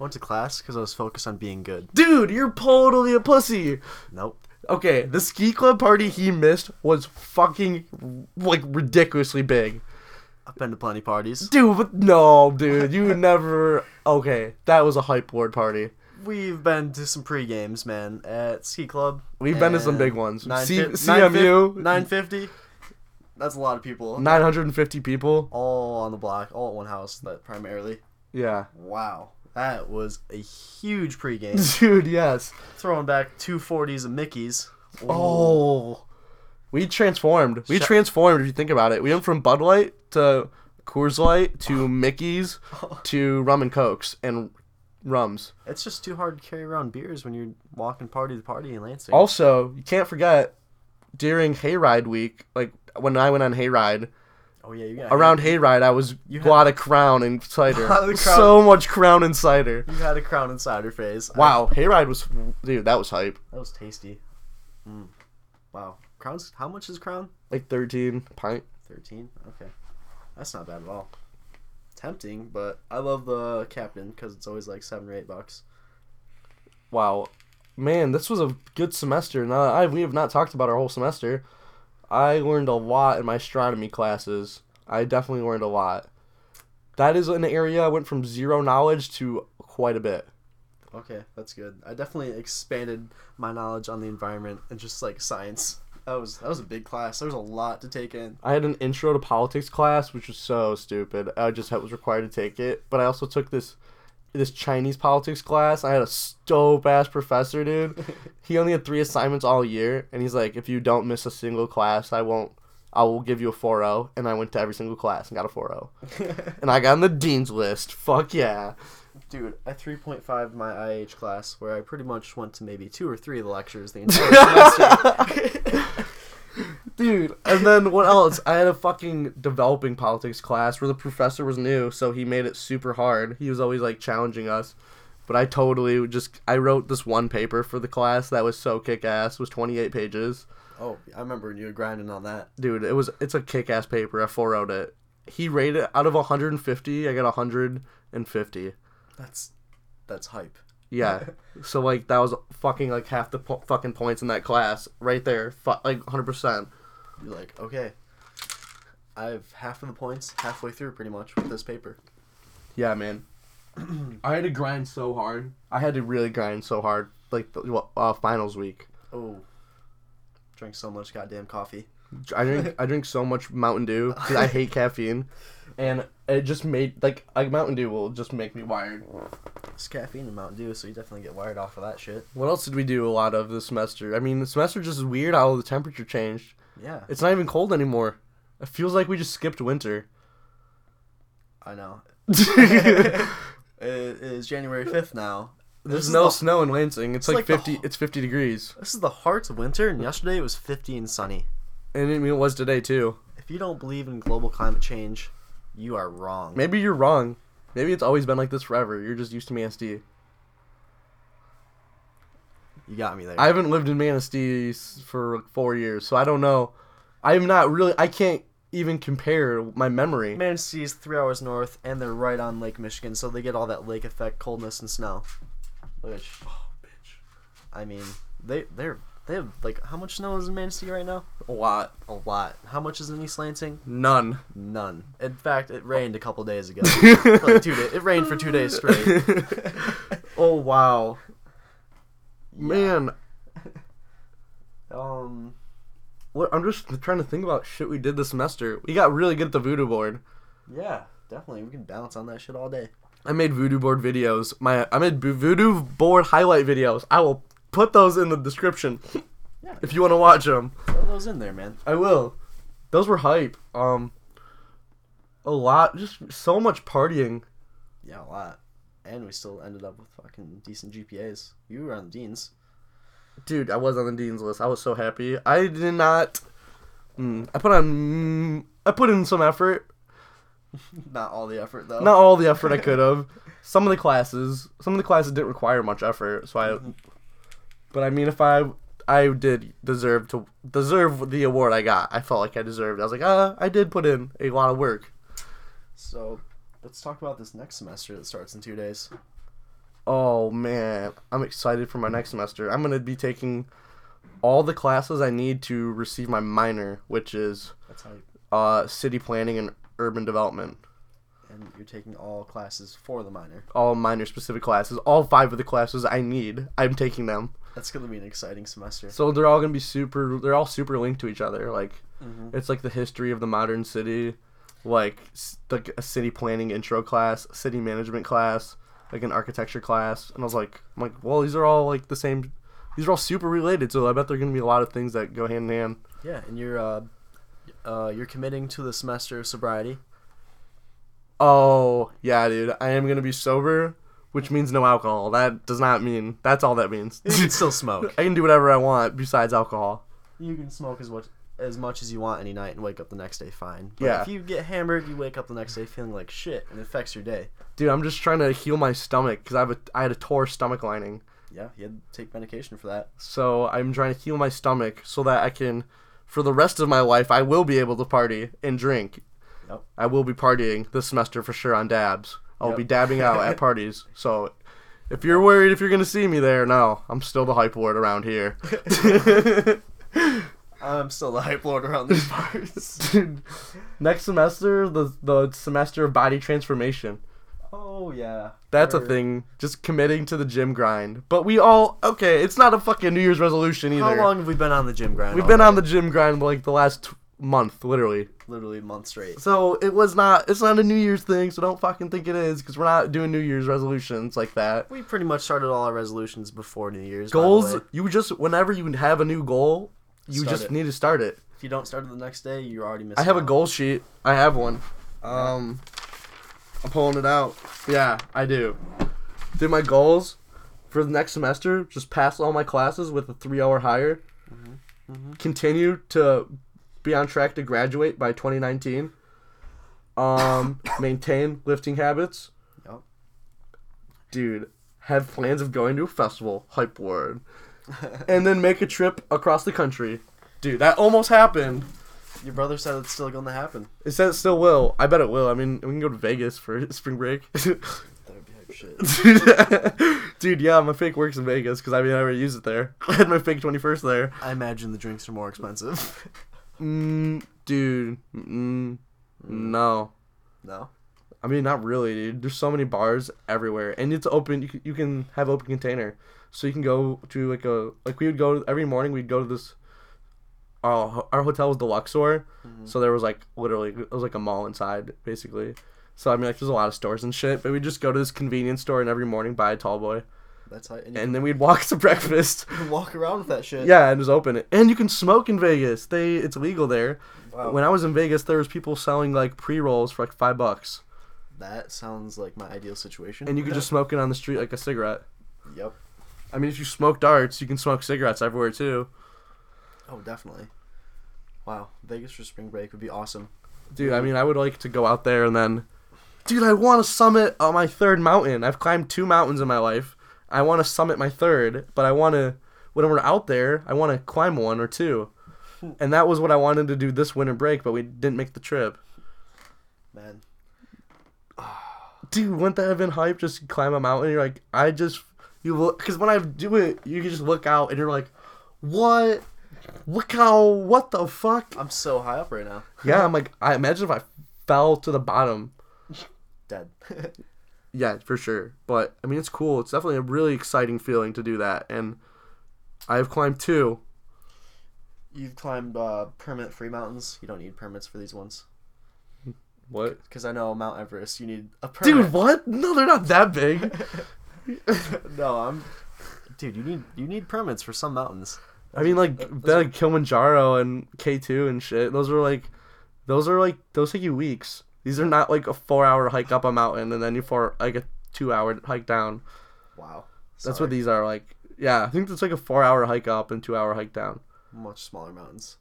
B: Went to class because I was focused on being good.
A: Dude, you're totally a pussy.
B: Nope.
A: Okay, the ski club party he missed was fucking like ridiculously big.
B: I've been to plenty of parties.
A: Dude, but no, dude, you would never. Okay, that was a hype board party.
B: We've been to some pre games, man, at ski club.
A: We've been to some big ones. C- CMU.
B: nine fifty. That's a lot of people.
A: 950 people.
B: all on the block, all at one house. That primarily.
A: Yeah.
B: Wow, that was a huge pre-game.
A: Dude, yes.
B: Throwing back two forties of Mickey's.
A: Oh. We transformed. We
B: Shut-
A: transformed, if you think about it. We went from Bud Light to Coors Light to Mickey's to Rum and Cokes and Rums.
B: It's just too hard to carry around beers when you're walking party to party in Lansing.
A: Oh, Also, you can't forget during Hayride week, like when I went on Hayride,
B: oh yeah, you got
A: around Hayride, I was
B: You
A: you
B: had-
A: lot of crown and cider.
B: Lot of Crown.
A: So much crown and cider.
B: You had a crown and cider phase. I-
A: Wow, Hayride was dude, that was hype.
B: that was tasty. Mm. Wow, crowns. How much is crown?
A: Like 13 pint.
B: Thirteen. Okay, that's not bad at all. Tempting, but I love the captain because it's always like seven or eight bucks.
A: Wow. Man, this was a good semester. Now I we have not talked about our whole semester. I learned a lot in my astronomy classes. I definitely learned a lot. That is an area I went from zero knowledge to quite a bit.
B: Okay, that's good. I definitely expanded my knowledge on the environment and just like science. That was that was a big class. There was a lot to take in.
A: I had an intro to politics class, which was so stupid. I just had, was required to take it, but I also took this this Chinese politics class. I had a dope ass professor, dude. he only had three assignments all year, and he's like, if you don't miss a single class, I won't. I will give you a 4.0, and I went to every single class and got a 4.0, and I got on the dean's list. Fuck yeah!
B: Dude, I 3.5 my IH class where I pretty much went to maybe two or three of the lectures the entire semester.
A: Dude, and then what else? I had a fucking developing politics class where the professor was new, so he made it super hard. He was always like challenging us. But I totally just I wrote this one paper for the class that was so kick ass, was 28 pages.
B: oh, I remember when you were grinding on that.
A: Dude, it was it's a kick ass paper. I 4 wrote it. He rated out of 150, I got 150.
B: That's that's hype.
A: Yeah. so like that was fucking like half the po- fucking points in that class right there. Fu- like 100%.
B: You're like, okay, I have half of the points halfway through pretty much with this paper.
A: Yeah, man. I had to grind so hard. I had to really grind so hard, like the well, uh, finals week.
B: Oh, drank so much goddamn coffee.
A: I drink I drink so much Mountain Dew 'cause I hate caffeine, and it just made like like Mountain Dew will just make me wired.
B: It's caffeine in Mountain Dew, so you definitely get wired off of that shit.
A: What else did we do a lot of this semester? I mean, the semester just is weird how the temperature changed.
B: Yeah,
A: It's not even cold anymore. It feels like we just skipped winter.
B: I know.
A: There's
B: It is January 5th now. This is
A: no
B: the-
A: snow in Lansing. It's,
B: It's
A: like,
B: like the
A: 50
B: whole-
A: it's 50 degrees.
B: This is the heart of winter, and yesterday it was 50 and sunny.
A: And I mean, it was today too.
B: If you don't believe in global climate change, you are wrong.
A: Maybe you're wrong. Maybe it's always been like this forever. You're just used to Manistee.
B: You got me there.
A: I haven't lived in Manistee s- for like, four years, so I don't know. I'm not really. I can't even compare my memory.
B: Manatee's three hours north, and they're right on Lake Michigan, so they get all that lake effect, coldness, and snow. Which, oh, bitch. I mean, they they're they have like how much snow is in Manistee right now?
A: A lot.
B: A lot. How much is in East Lansing?
A: None.
B: None. In fact, it rained a couple days ago. like two days. It rained for two days straight.
A: oh wow, man.
B: Um,
A: What I'm just trying to think about shit we did this semester. We got really good at the voodoo board.
B: yeah, definitely. We can bounce on that shit all day.
A: I made voodoo board videos. My I made bu- voodoo board highlight videos. I will put those in the description
B: Yeah.
A: if you want to watch them.
B: Throw those in there, man.
A: I will. Those were hype. Um, a lot, just so much partying.
B: Yeah, a lot. And we still ended up with fucking decent GPAs. You were on the deans.
A: Dude, I was on the dean's list. I was so happy. I did not. Mm, I put on. Mm, I put in some effort.
B: Not all the effort though.
A: Not all the effort I could have. Some of the classes, some of the classes didn't require much effort. So I. But I mean, if I, I did deserve to deserve the award I got. I felt like I deserved. it. I was like, ah, I did put in a lot of work.
B: So let's talk about this next semester that starts in two days.
A: Oh man, I'm excited for my next semester. I'm gonna be taking all the classes I need to receive my minor, which is
B: That's how. You,
A: uh, city planning and urban development.
B: and you're taking all classes for the minor.
A: All minor specific classes, all five of the classes I need, I'm taking them.
B: That's gonna be an exciting semester.
A: So they're all gonna be super. They're all super linked to each other. Like
B: Mhm.
A: it's like the history of the modern city, like s- like a city planning intro class, city management class, like an architecture class. And I was like, I'm like, well, these are all like the same. These are all super related. So I bet there're gonna be a lot of things that go hand in hand.
B: Yeah, and you're uh, uh, you're committing to the semester of sobriety.
A: Oh yeah, dude, I am gonna be sober, which means no alcohol. That does not mean. That's all that means.
B: You can still smoke.
A: I can do whatever I want besides alcohol.
B: You can smoke as much as much as you want any night and wake up the next day fine. But
A: Yeah.
B: If you get hammered, you wake up the next day feeling like shit and it affects your day.
A: Dude, I'm just trying to heal my stomach because I have a I had a tore stomach lining.
B: Yeah, you had to take medication for that.
A: So I'm trying to heal my stomach so that I can, for the rest of my life, I will be able to party and drink.
B: Yep.
A: I will be partying this semester for sure on dabs. I'll be
B: Yep.
A: dabbing out at parties. So if you're worried if you're gonna see me there, no, I'm still the hype word around here.
B: I'm still the hype lord around these parts.
A: Dude, next semester, the the semester of body transformation.
B: Oh yeah.
A: That's a
B: Or-
A: thing. Just committing to the gym grind. But we all okay. It's not a fucking New Year's resolution either.
B: How long have we been on the gym grind?
A: We've been on
B: already?
A: the gym grind like the last t- month, literally.
B: literally a month straight.
A: So it was not. It's not a New Year's thing. So don't fucking think it is, because we're not doing New Year's resolutions like that.
B: We pretty much started all our resolutions before New Year's. by the
A: Goals.
B: way.
A: You just whenever you have a new goal, you
B: Start
A: just
B: it.
A: need to start it.
B: If you don't start it the next day, you're already missing.
A: I have a
B: out.
A: goal sheet. I have one. Um, I'm pulling it out. Yeah, I do. Dude, my goals for the next semester: just pass all my classes with a three-hour higher. Continue to be on track to graduate by 2019. Um, maintain lifting habits.
B: Yep.
A: Dude, have plans of going to a festival. Hype word. and then make a trip across the country. Dude, that almost happened.
B: Your brother said it's still going to happen.
A: It said it still will. I bet it will. I mean, we can go to Vegas for spring break.
B: That would be hype shit.
A: Dude, yeah, my fake works in Vegas because I mean, I already used it there. I had my fake 21st there.
B: I imagine the drinks are more expensive.
A: Mm, dude, mm, no.
B: no.
A: I mean, not really, dude. There's so many bars everywhere, and it's open. You can, you can have open container, so you can go to like a like we would go every morning. We'd go to this. Our ho- our hotel was the Luxor,
B: Mm-hmm.
A: so there was like literally it was like a mall inside basically. So I mean, like there's a lot of stores and shit, but we would just go to this convenience store and every morning buy a tall boy,
B: That's how. And you
A: and then we'd walk to breakfast.
B: can walk around with that shit.
A: Yeah, and just open it. And you can smoke in Vegas. They it's legal there.
B: Wow.
A: When I was in Vegas, there was people selling like pre rolls for like five bucks,
B: That sounds like my ideal situation.
A: and you could just smoke it on the street like a cigarette.
B: Yep.
A: I mean, if you smoke darts, you can smoke cigarettes everywhere too.
B: Oh, definitely. Wow, Vegas for spring break would be awesome.
A: Dude, I mean, I would like to go out there and then, dude, I want to summit on my third mountain. I've climbed two mountains in my life. I want to summit my third, but I want to, when we're out there, I want to climb one or two. And that was what I wanted to do this winter break, but we didn't make the trip.
B: Man,
A: Dude, wouldn't that have been hype? Just climb a mountain. You're like, I just, you look, because when I do it, you can just look out and you're like, what? Look how, what the fuck?
B: I'm so high up right now.
A: Yeah, I'm like, I imagine if I fell to the bottom.
B: Dead.
A: Yeah, for sure. But I mean, it's cool. It's definitely a really exciting feeling to do that. And I've climbed two.
B: You've climbed uh, permit free mountains. You don't need permits for these ones.
A: What?
B: Because I know Mount Everest, you need a
A: Dude,
B: permit.
A: what? No, they're not that big.
B: Dude, no, I'm. Dude, you need you need permits for some mountains.
A: I mean, like, they're like Kilimanjaro and K2 and shit. Those are like, those are like, those take you weeks. These are not like a four hour hike up a mountain and then you for like a two hour hike down.
B: Wow.
A: That's
B: Sorry.
A: what these are like. Yeah, I think it's like a four hour hike up and two hour hike down.
B: much smaller mountains.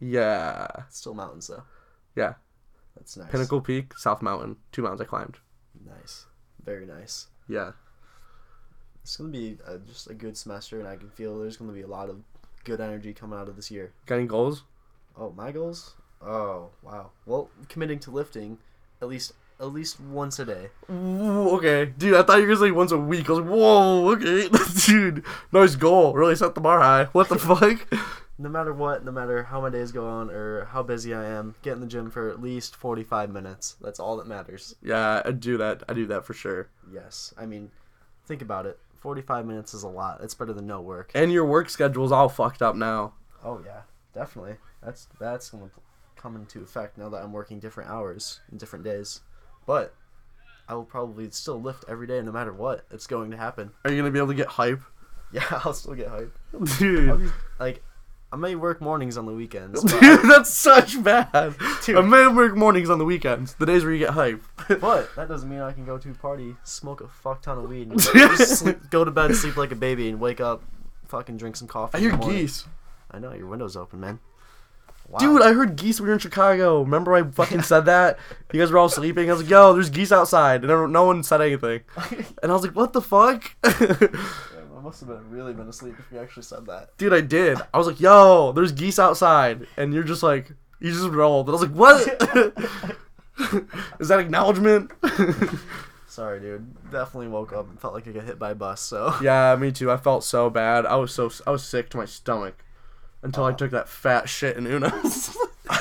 A: Yeah.
B: Still mountains though.
A: Yeah.
B: That's nice.
A: Pinnacle Peak, South Mountain, two mountains I climbed.
B: Nice. Very nice.
A: Yeah.
B: It's gonna be uh, just a good semester, and I can feel there's gonna be a lot of good energy coming out of this year.
A: Got any goals?
B: Oh, my goals? Oh, wow. Well, committing to lifting at least at least once a day.
A: Ooh, okay, dude. I thought you were gonna say once a week. I was like, whoa, okay, dude. Nice goal. Really set the bar high. What the fuck?
B: No matter what, no matter how my days go on or how busy I am, get in the gym for at least 45 minutes. That's all that matters.
A: Yeah, I do that. I do that for sure.
B: Yes. I mean, think about it. 45 minutes is a lot. It's better than no work.
A: And your work schedule's all fucked up now.
B: Oh yeah, definitely. That's that's gonna come into effect now that I'm working different hours and different days. But I will probably still lift every day, no matter what. It's going to happen.
A: Are you gonna be able to get hype,
B: Yeah, I'll still get hype. I'll
A: dude?
B: be- like, I may work mornings on the weekends. But,
A: Dude, that's such bad.
B: Dude.
A: I may work mornings on the weekends, the days where you get hype.
B: but that doesn't mean I can go to a party, smoke a fuck ton of weed, and just sleep, go to bed, sleep like a baby, and wake up, fucking drink some coffee.
A: I
B: in
A: hear
B: the morning.
A: geese,
B: I know your window's open, man. Wow.
A: dude. I heard geese. when We were in Chicago. Remember, I fucking said that. You guys were all sleeping. I was like, yo, there's geese outside, and everyone- no one said anything. And I was like, what the fuck?
B: I must have been really been asleep if you actually said that.
A: Dude, I did. I was like, yo, there's geese outside. And you're just like, you just rolled. And I was like, what? Is that acknowledgement?
B: Sorry, dude. Definitely woke up and felt like I got hit by a bus. So
A: yeah, me too. I felt so bad. I was so, I was sick to my stomach. until I took that fat shit in Uno's.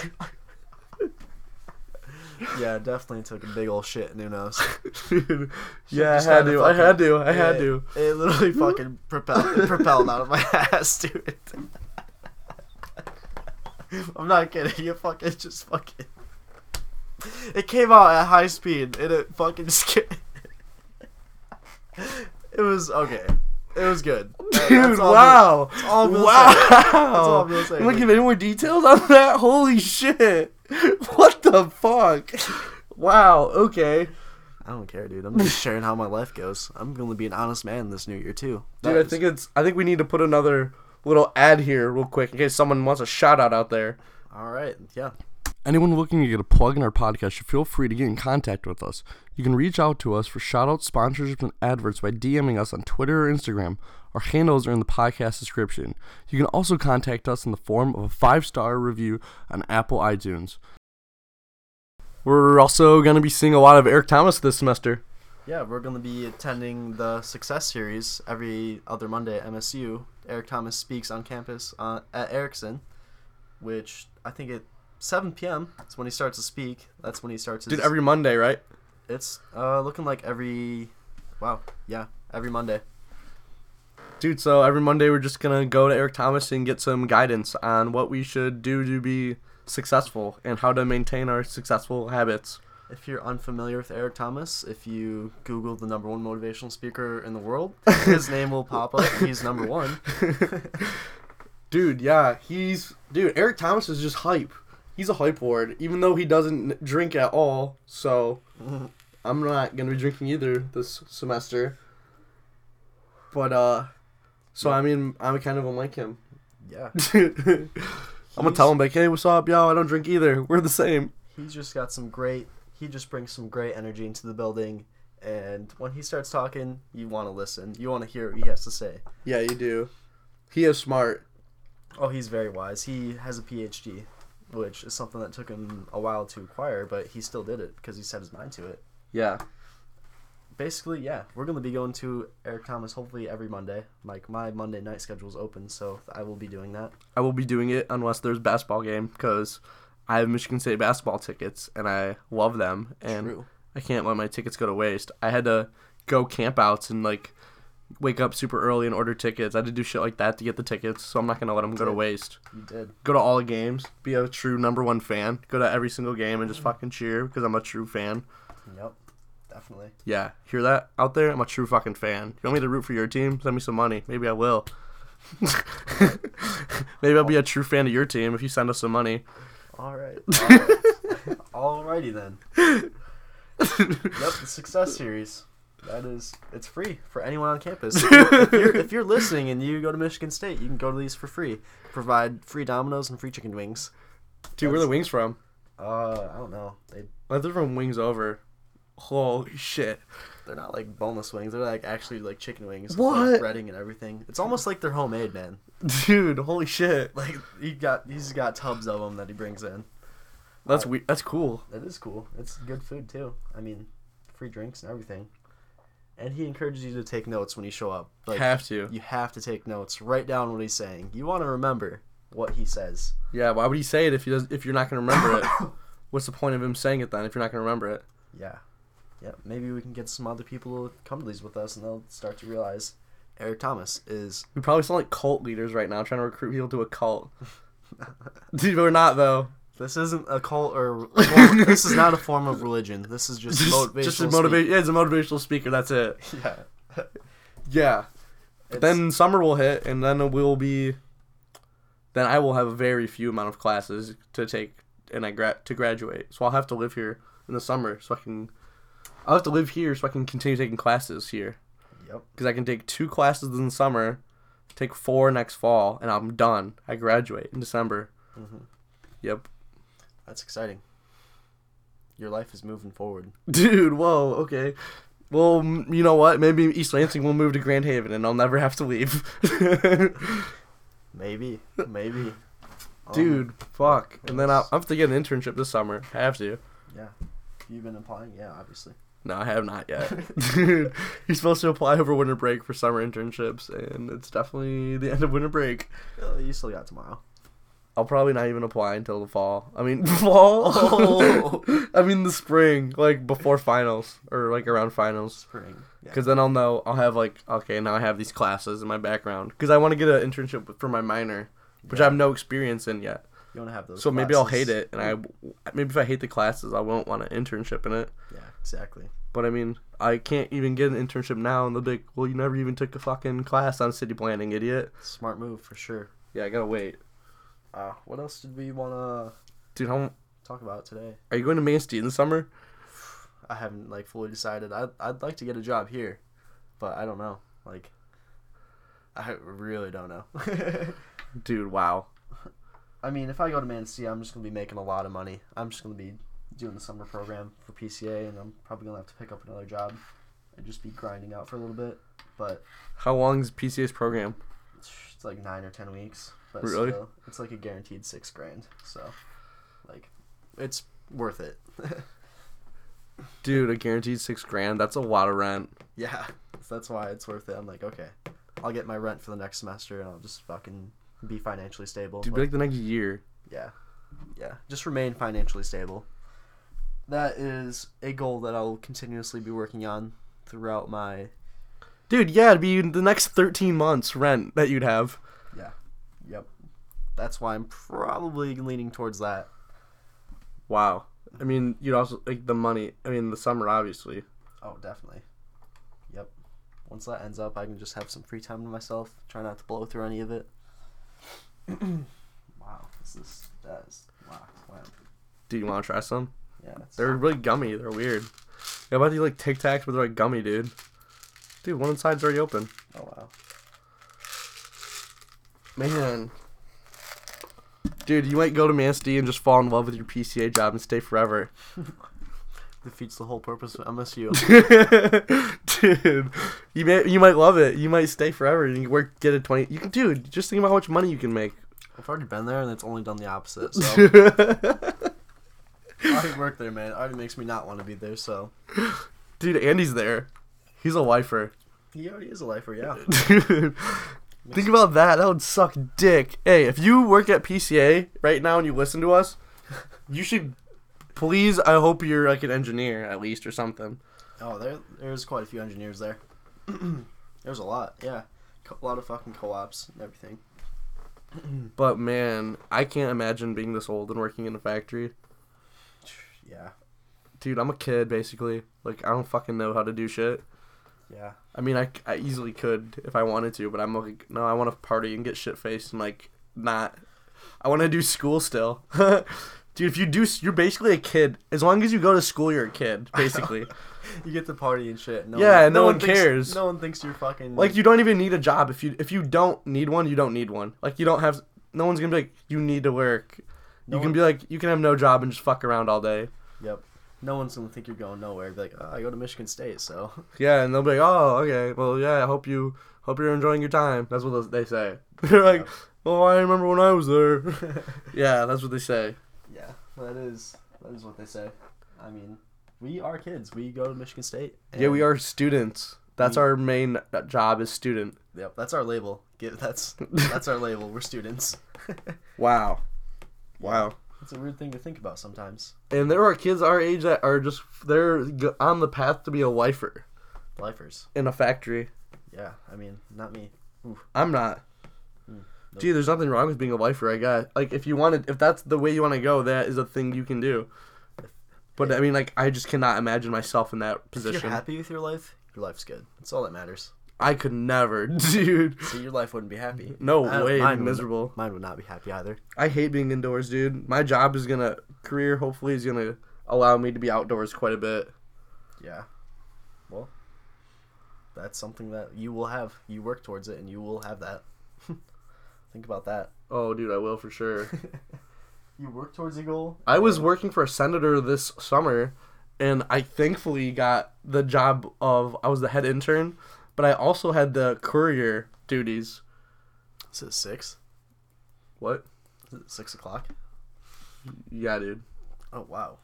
B: Yeah, definitely took a big old shit in Uno's.
A: Dude, yeah, I
B: just
A: had
B: had a
A: to. I had
B: fucking-
A: to. I had
B: It-
A: to.
B: It literally fucking propelled it propelled out of my ass, dude. I'm not kidding. It fucking just fucking. It came out at high speed, and it fucking. sk- It was okay. It was good. That-
A: Dude,
B: that's all I'm gonna-
A: wow.
B: that's all I'm gonna
A: wow.
B: say. That's all I'm gonna say.
A: You wanna give any more details on that? Holy shit. What the fuck? Wow, okay.
B: I don't care, dude. I'm just sharing how my life goes. I'm gonna be an honest man this new year too.
A: Dude,
B: That
A: I
B: is-
A: think it's I think we need to put another little ad here real quick in case someone wants a shout out out there.
B: All right. Yeah.
A: Anyone looking to get a plug in our podcast should feel free to get in contact with us. You can reach out to us for shout outs, sponsorships, and adverts by DMing us on Twitter or Instagram. Our handles are in the podcast description. You can also contact us in the form of a five star review on Apple iTunes. We're also going to be seeing a lot of Eric Thomas this semester.
B: Yeah, we're going to be attending the Success Series every other Monday at MSU. Eric Thomas speaks on campus uh, at Erickson, which I think at 7 p.m. is when he starts to speak. That's when he starts. His,
A: Dude, every Monday, right?
B: it's uh, looking like every, wow, yeah, every Monday.
A: Dude, so every Monday we're just going to go to Eric Thomas and get some guidance on what we should do to be successful and how to maintain our successful habits.
B: If you're unfamiliar with Eric Thomas, if you Google the number one motivational speaker in the world, his name will pop up. He's number one.
A: dude, yeah, he's dude. Eric Thomas is just hype. He's a hype ward, even though he doesn't drink at all. So I'm not gonna be drinking either this semester. But uh, so I mean, I'm kind of like him.
B: Yeah,
A: I'm gonna
B: He's-
A: tell him like, hey, what's up, yo? I don't drink either. We're the same.
B: he's just got some great he just brings some great energy into the building and when he starts talking you want to listen you want to hear what he has to say
A: Yeah, you do. He is smart.
B: oh he's very wise he has a phd which is something that took him a while to acquire but he still did it because he set his mind to it
A: Yeah.
B: basically yeah we're going to be going to eric thomas hopefully every monday like my monday night schedule is open so i will be doing that
A: I will be doing it unless there's basketball game because I have Michigan State basketball tickets and I love them and
B: True.
A: I can't let my tickets go to waste. I had to go campouts and like wake up super early and order tickets. I had to do shit like that to get the tickets, so I'm not gonna let them go to waste.
B: you did
A: Go to all the games, be a true number one fan. Go to every single game and just fucking cheer because I'm a true fan.
B: yep definitely
A: Yeah, hear that out there? I'm a true fucking fan. You want me to root for your team? Send me some money. Maybe I will. Maybe I'll be a true fan of your team if you send us some money.
B: all right all righty then Yep, the success series. That is, it's free for anyone on campus. If you're, if you're, if you're listening and you go to Michigan State, you can go to these for free. Provide free Dominoes and free chicken wings.
A: Dude, where are the wings from?
B: Uh, I don't know. They
A: Oh, they're from Wings Over. Holy shit.
B: they're not like boneless wings. They're like actually like chicken wings.
A: What?
B: With, like, breading and everything. It's almost like they're homemade, man.
A: Dude, holy shit.
B: Like he got he's got tubs of them that he brings in.
A: That's we- that's cool.
B: That is cool. It's good food too. I mean, free drinks and everything. And he encourages you to take notes when you show up. Like,
A: Have to.
B: You have to take notes. Write down what he's saying. You want to remember what he says.
A: Yeah, why would he say it if he does if you're not going to remember it? What's the point of him saying it then if you're not going to remember it?
B: Yeah. Yeah. Maybe we can get some other people to come to these with us and they'll start to realize Eric Thomas is.
A: We probably sound like cult leaders right now trying to recruit people to a cult. Dude, we're not though.
B: This isn't a cult or. well, this is not a form of religion. This is just,
A: Just,
B: motivational.
A: just a motiva- yeah, it's a motivational speaker, that's it.
B: speak. Yeah.
A: Yeah.
B: It's-
A: then summer will hit and then we'll be then I will have a very few amount of classes to take and I gra- to graduate. So I'll have to live here in the summer so I can I'll have to live here so I can continue taking classes here
B: Yep.
A: because I can take two classes in the summer, take four next fall and I'm done. I graduate in December.
B: Mhm.
A: Yep.
B: That's exciting. Your life is moving forward.
A: Dude, whoa, okay. Well, m- you know what? Maybe East Lansing will move to Grand Haven and I'll never have to leave.
B: Maybe. Maybe. Um,
A: Dude, fuck. And then I'll,
B: yes.
A: I'll have to get an internship this summer. I have to.
B: yeah. You've been applying? Yeah, obviously.
A: No, I have not yet. Dude, you're supposed to apply over winter break for summer internships, and it's definitely the end of winter break.
B: Uh, you still got tomorrow.
A: I'll probably not even apply until the fall. I mean, fall.
B: Oh.
A: I mean the spring, like before finals or like around finals,
B: Spring. Yeah.
A: because then I'll know I'll have like okay now I have these classes in my background because I want to get an internship for my minor, which I have no experience in yet.
B: You want to have those.
A: So maybe I'll
B: classes.
A: hate it, and I maybe if I hate the classes, I won't want an internship in it.
B: Yeah, exactly.
A: But I mean, I can't even get an internship now, and they'll be like, "Well, you never even took a fucking class on city planning, idiot."
B: Smart move for sure.
A: Yeah, I gotta wait,
B: Uh, what else did we want to
A: dude. How
B: talk about today?
A: are you going to Manistee in the summer?
B: I haven't like fully decided. I I'd like to get a job here, but I don't know. Like, I really don't know.
A: Dude, wow.
B: I mean, if I go to Manistee, I'm just gonna be making a lot of money. I'm just gonna be doing the summer program for PCA, and I'm probably gonna have to pick up another job and just be grinding out for a little bit. But
A: How long's PCA's program?
B: it's like nine or ten weeks. But
A: Really?
B: still, it's like a guaranteed six grand. So, like, it's worth it.
A: Dude, a guaranteed six grand. That's a lot of rent.
B: yeah, so that's why it's worth it. I'm like, okay, I'll get my rent for the next semester, and I'll just fucking be financially stable.
A: Dude, be like the next year.
B: yeah yeah just remain financially stable that is a goal that i'll continuously be working on throughout my
A: Dude, yeah, it'd be the next 13 months rent that you'd have.
B: yeah yep that's why i'm probably leaning towards that
A: Wow. I mean, you'd also like the money. I mean, the summer obviously.
B: oh definitely yep once that ends up i can just have some free time to myself try not to blow through any of it wow this is that is wow, wow.
A: Do you want to try some?
B: yeah it's,
A: They're really gummy. They're weird. Yeah, about to do like Tic Tacs, but they're like gummy, dude. Dude, one inside's already open.
B: oh wow
A: Man. Dude, you might go to Manistee and just fall in love with your PCA job and stay forever.
B: defeats the whole purpose of msu
A: dude, you may you might love it. You might stay forever and you work get a twenty. You can, dude. Just think about how much money you can make.
B: i've already been there and it's only done the opposite so I already work there, man. It already makes me not want to be there, so.
A: dude, Andy's there. He's a lifer.
B: He already is a lifer, yeah.
A: Dude, think about that. That would suck dick. Hey, if you work at PCA right now and you listen to us, you should please. I hope you're like an engineer at least or something.
B: Oh, there, there's quite a few engineers there. there's a lot, yeah. Co- A lot of fucking co ops and everything.
A: But man, I can't imagine being this old and working in a factory.
B: Yeah,
A: Dude, I'm a kid basically. Like I don't fucking know how to do shit.
B: yeah.
A: I mean, I, I easily could if I wanted to, but I'm like, no, I want to party and get shit faced and like not. I want to do school still. Dude, if you do, s- you're basically a kid. As long as you go to school, you're a kid, basically.
B: You get to party and shit. No
A: Yeah,
B: one,
A: no one
B: thinks-
A: cares.
B: No one thinks you're fucking.
A: like you don't even need a job if you if you don't need one, you don't need one. Like you don't have. No one's gonna be like, you need to work.
B: No
A: you can
B: one-
A: be like, you can have no job and just fuck around all day.
B: Yep. No one's gonna think you're going nowhere. Be like, oh, I go to Michigan State, so.
A: Yeah, and they'll be like, oh, okay, well, yeah, I hope you hope you're enjoying your time. That's what they say. They're like, oh, I remember when I was there. yeah, that's what they say.
B: Yeah, that is that is what they say. I mean, we are kids. We go to Michigan State.
A: Yeah, Mm. we are students. That's
B: We-
A: our main job is student.
B: Yep, that's our label. Give that's that's our label. We're students.
A: Wow, wow.
B: It's a weird thing to think about sometimes.
A: And there are kids our age that are just they're g- on the path to be a lifer
B: Lifers.
A: in a factory.
B: Yeah, I mean, not me.
A: I'm not.
B: Hmm, nope.
A: Gee, there's nothing wrong with being a lifer. I guess. Like, if you wanted, if that's the way you want to go, that is a thing you can do. But I mean, like, I just cannot imagine myself in that
B: If
A: position.
B: you're happy with your life, your life's good. That's all that matters.
A: I could never, dude.
B: So your life wouldn't be happy.
A: No
B: I-
A: way,
B: mine
A: I'm
B: would-
A: miserable.
B: mine would not be happy either.
A: I hate being indoors, dude. My job is gonna career hopefully is gonna allow me to be outdoors quite a bit.
B: Yeah. Well, that's something that you will have. You work towards it, and you will have that. think about that.
A: Oh, dude, I will for sure.
B: You work towards a goal.
A: I was working for a senator this summer, and I thankfully got the job of I was the head intern, but I also had the courier duties.
B: Is it six?
A: What?
B: Is it six o'clock?
A: Yeah, dude.
B: Oh wow.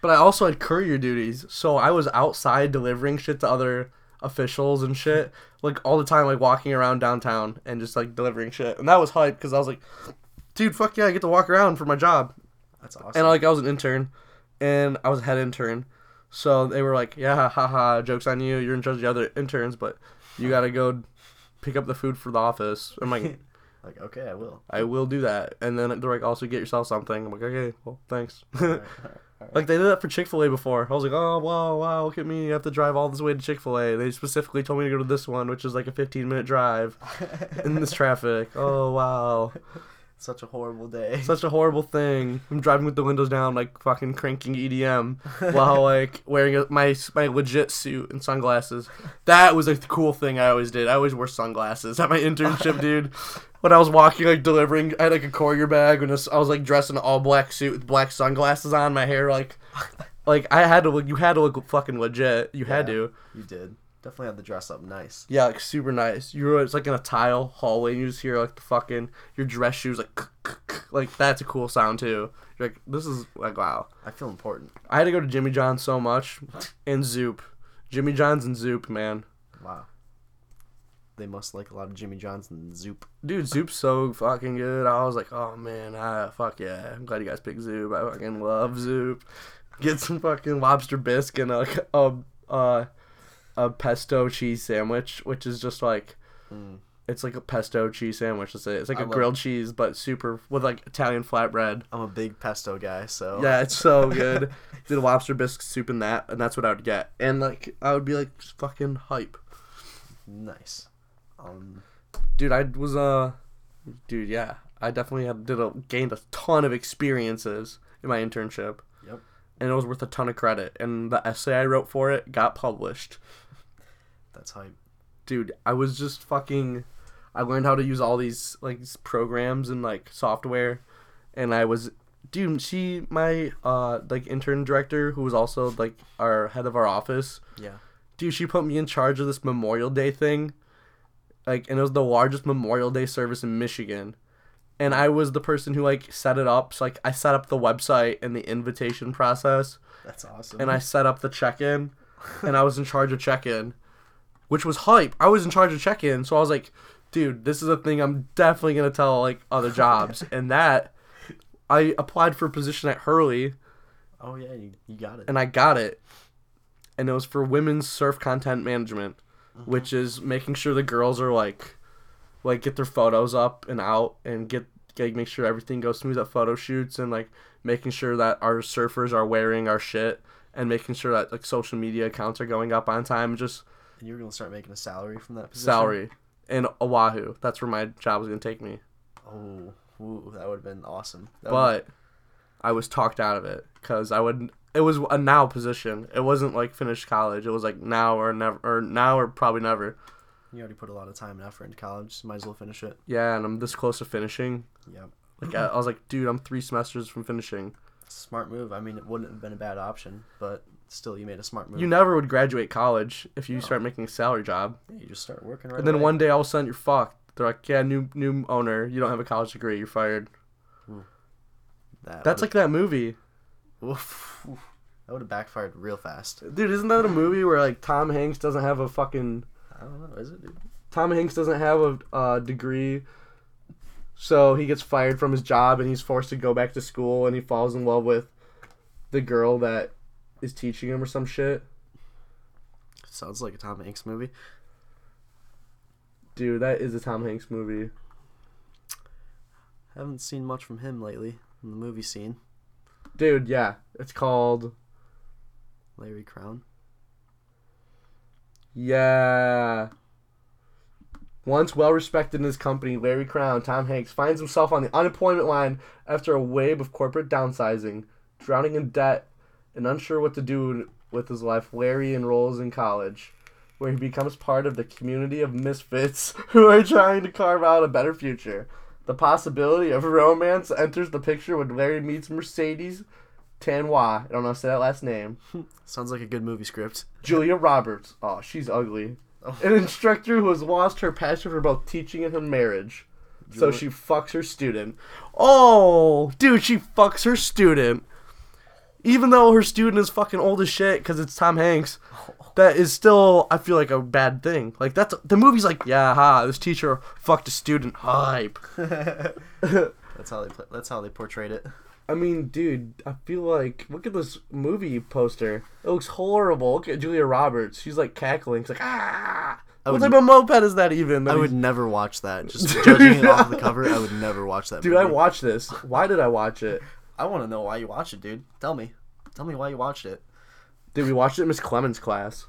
A: But I also had courier duties, so I was outside delivering shit to other officials and shit, like all the time, like walking around downtown and just like delivering shit. And that was hype because I was like, dude, fuck yeah, I get to walk around for my job.
B: That's awesome.
A: And like I was an intern, and I was a head intern, so they were like, yeah, haha, jokes on you. You're in charge of the other interns, but you gotta go pick up the food for the office. I'm like,
B: like, okay, I will.
A: I will do that. And then they're like, also get yourself something. I'm like, okay, well, thanks.
B: All right, all right, all
A: Like
B: right.
A: they did that for Chick Fil A before. I was like, oh wow, wow, look at me! I have to drive all this way to Chick Fil A. They specifically told me to go to this one, which is like a 15 minute drive in this traffic. Oh wow,
B: Such a horrible day.
A: such a horrible thing. I'm driving with the windows down, like fucking cranking EDM, while like wearing a, my my legit suit and sunglasses. That was a cool thing I always did. I always wore sunglasses at my internship, dude. When I was walking, like delivering, I had like a courier bag, and I was like dressed in an all black suit with black sunglasses on. My hair like like I had to look. You had to look fucking legit. You had
B: Yeah.
A: to.
B: You did. Definitely had to dress up nice.
A: Yeah, like super nice. You were it's like in a tile hallway, and you just hear like the fucking your dress shoes like like that's a cool sound too. You're like this is like wow.
B: I feel important.
A: I had to go to Jimmy John's so much and Zoop, Jimmy John's and Zoop, man.
B: Wow. They must like a lot of Jimmy Johnson and Zoop.
A: Dude, Zoop's so fucking good. I was like, oh man, ah, fuck yeah. I'm glad you guys picked Zoop. I fucking love Zoop. Get some fucking lobster bisque and a a, a, a pesto cheese sandwich, which is just like
B: Mm.
A: it's like a pesto cheese sandwich. That's it. It's like
B: I
A: a
B: love-
A: grilled cheese, but super with like Italian flatbread.
B: I'm a big pesto guy, so
A: Yeah, it's so good. Did a lobster bisque soup and that, and that's what I would get. And like I would be like fucking hype.
B: nice. Um,
A: dude i was uh dude yeah i definitely had did a gained a ton of experiences in my internship
B: Yep.
A: and it was worth a ton of credit and the essay i wrote for it got published
B: that's hype.
A: dude i was just fucking i learned how to use all these like s- programs and like software and i was dude she my uh like intern director who was also like our head of our office
B: Yeah.
A: dude, she put me in charge of this Memorial Day thing. Like, and it was the largest Memorial Day service in Michigan. And I was the person who, like, set it up. So, like, I set up the website and the invitation process.
B: That's awesome.
A: And I set up the check in. And I was in charge of check in, which was hype. I was in charge of check in. So I was like, dude, this is a thing I'm definitely going to tell, like, other jobs. and that, I applied for a position at Hurley
B: oh yeah, you, you got it.
A: and I got it. And it was for women's surf content management, which is making sure the girls are like, like get their photos up and out and get like make sure everything goes smooth at photo shoots and like making sure that our surfers are wearing our shit and making sure that like social media accounts are going up on time. Just
B: And you were gonna start making a salary from that position.
A: salary in Oahu. That's where my job was gonna take me,
B: Oh, ooh, that would have been awesome. That would've-
A: but I was talked out of it because I would. It was a now position. It wasn't like finished college. It was like now or never, or now or probably never.
B: you already put a lot of time and effort into college. So might as well finish it.
A: Yeah, and I'm this close to finishing.
B: Yep.
A: Like I, I was like, dude, I'm three semesters from finishing.
B: Smart move. I mean, it wouldn't have been a bad option, but still, you made a smart move.
A: You never would graduate college if you start making a salary job.
B: Yeah, you just start working right
A: And then
B: away.
A: one day all of a sudden you're fucked. They're like, yeah, new new owner. You don't have a college degree. You're fired.
B: That
A: That's like that movie,
B: would've- oof, oof. that would have backfired real fast.
A: dude. Isn't that a movie where like Tom Hanks doesn't have a fucking
B: I don't know, is it, dude?
A: Tom Hanks doesn't have a uh, degree, so he gets fired from his job and he's forced to go back to school and he falls in love with the girl that is teaching him or some shit.
B: Sounds like a Tom Hanks movie.
A: Dude, that is a Tom Hanks movie.
B: Haven't seen much from him lately in the movie scene.
A: Dude, yeah. It's called
B: Larry Crown.
A: Yeah. Once well respected in his company, Larry Crown, Tom Hanks, finds himself on the unemployment line after a wave of corporate downsizing, drowning in debt, and unsure what to do with his life. Larry enrolls in college, where he becomes part of the community of misfits who are trying to carve out a better future. The possibility of romance enters the picture when Larry meets Mercedes Tanwa. I don't know how to say that last name.
B: Sounds like a good movie script.
A: Julia Roberts. Oh, she's ugly.
B: Oh.
A: An instructor who has lost her passion for both teaching and her marriage. So
B: Julia-
A: she fucks her student. Oh, dude, she fucks her student. Even though her student is fucking old as shit because it's Tom Hanks.
C: that is still I feel like a bad thing. Like that's the movie's like, yeah, ha, this teacher fucked a student. Hype.
B: that's how they pla- that's how they portrayed it.
A: I mean, dude, I feel like look at this movie poster. It looks horrible. Look at Julia Roberts. She's like cackling. She's like ah.
B: I
A: what
B: would-
A: type of moped is that even?
B: I
A: That
B: would
A: he's-
B: never watch that. Just judging it off the cover, I would never watch that.
A: Dude,
B: movie.
A: I watched this. Why did I watch it?
B: I want to know why you watch it, dude. Tell me. Tell me why you watched it.
A: Did we watch it in Miss Clemens' class?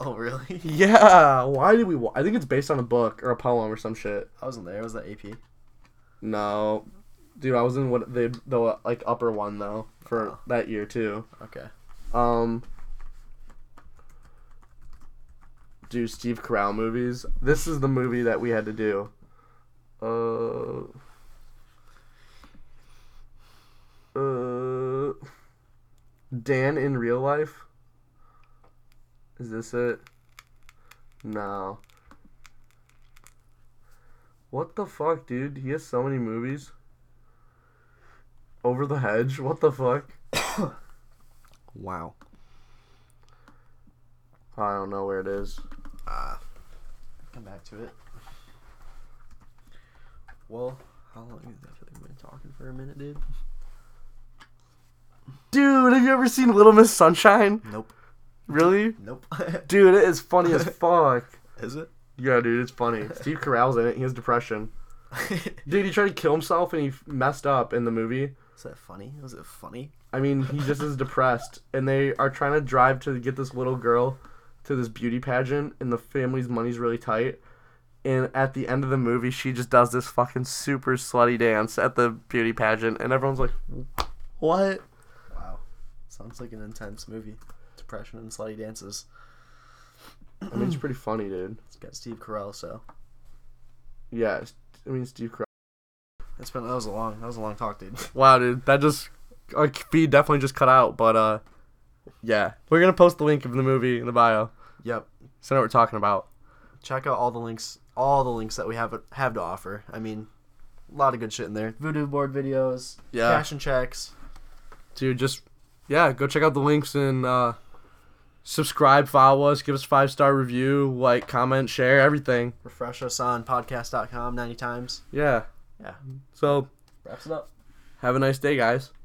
B: Oh, really?
A: Yeah. Why did we? Wa- I think it's based on a book or a poem or some shit.
B: I wasn't there. Was that AP?
A: No, dude, I was in what the the like upper one though for
B: Oh.
A: that year too.
B: Okay.
A: Um, do Steve Carell movies? This is the movie that we had to do. Uh. Uh, Dan in real life. Is this it? No. What the fuck, dude? He has so many movies. Over the hedge. What the fuck?
B: Wow.
A: I don't know where it is.
B: Ah. Come back to it. Well, how long is that? I feel like we've been talking for a minute, dude.
A: Dude, have you ever seen Little Miss Sunshine?
B: Nope.
A: Really?
B: Nope.
A: Dude, it is funny as fuck.
B: is it?
A: Yeah, dude, it's funny. Steve Carell's in it. He has depression. Dude, he tried to kill himself and he f- messed up in the movie.
B: Is that funny? Was it funny?
A: I mean, he just is depressed. And they are trying to drive to get this little girl to this beauty pageant, and the family's money's really tight. And at the end of the movie, she just does this fucking super slutty dance at the beauty pageant, and everyone's like, what?
B: Wow. Sounds like an intense movie. Depression and slutty dances.
A: I mean, it's pretty funny, dude.
B: It's got Steve Carell, so
A: Yeah, it's- I mean, Steve Carell.
B: it's been that was a long that was a long talk, dude.
A: Wow, dude, that just our feed definitely just cut out. But uh, yeah, we're gonna post the link of the movie in the bio.
B: Yep.
A: So now we're talking about.
B: Check out all the links, all the links that we have have to offer. I mean, a lot of good shit in there. Voodoo board videos,
A: Yeah.
B: cash and checks.
A: Dude, just yeah, go check out the links and uh, subscribe, follow us, give us five star review, like, comment, share, everything.
B: Refresh us on podcast.com 90 times.
A: Yeah.
B: Yeah.
A: So
B: Wraps it up.
A: have a nice day, guys.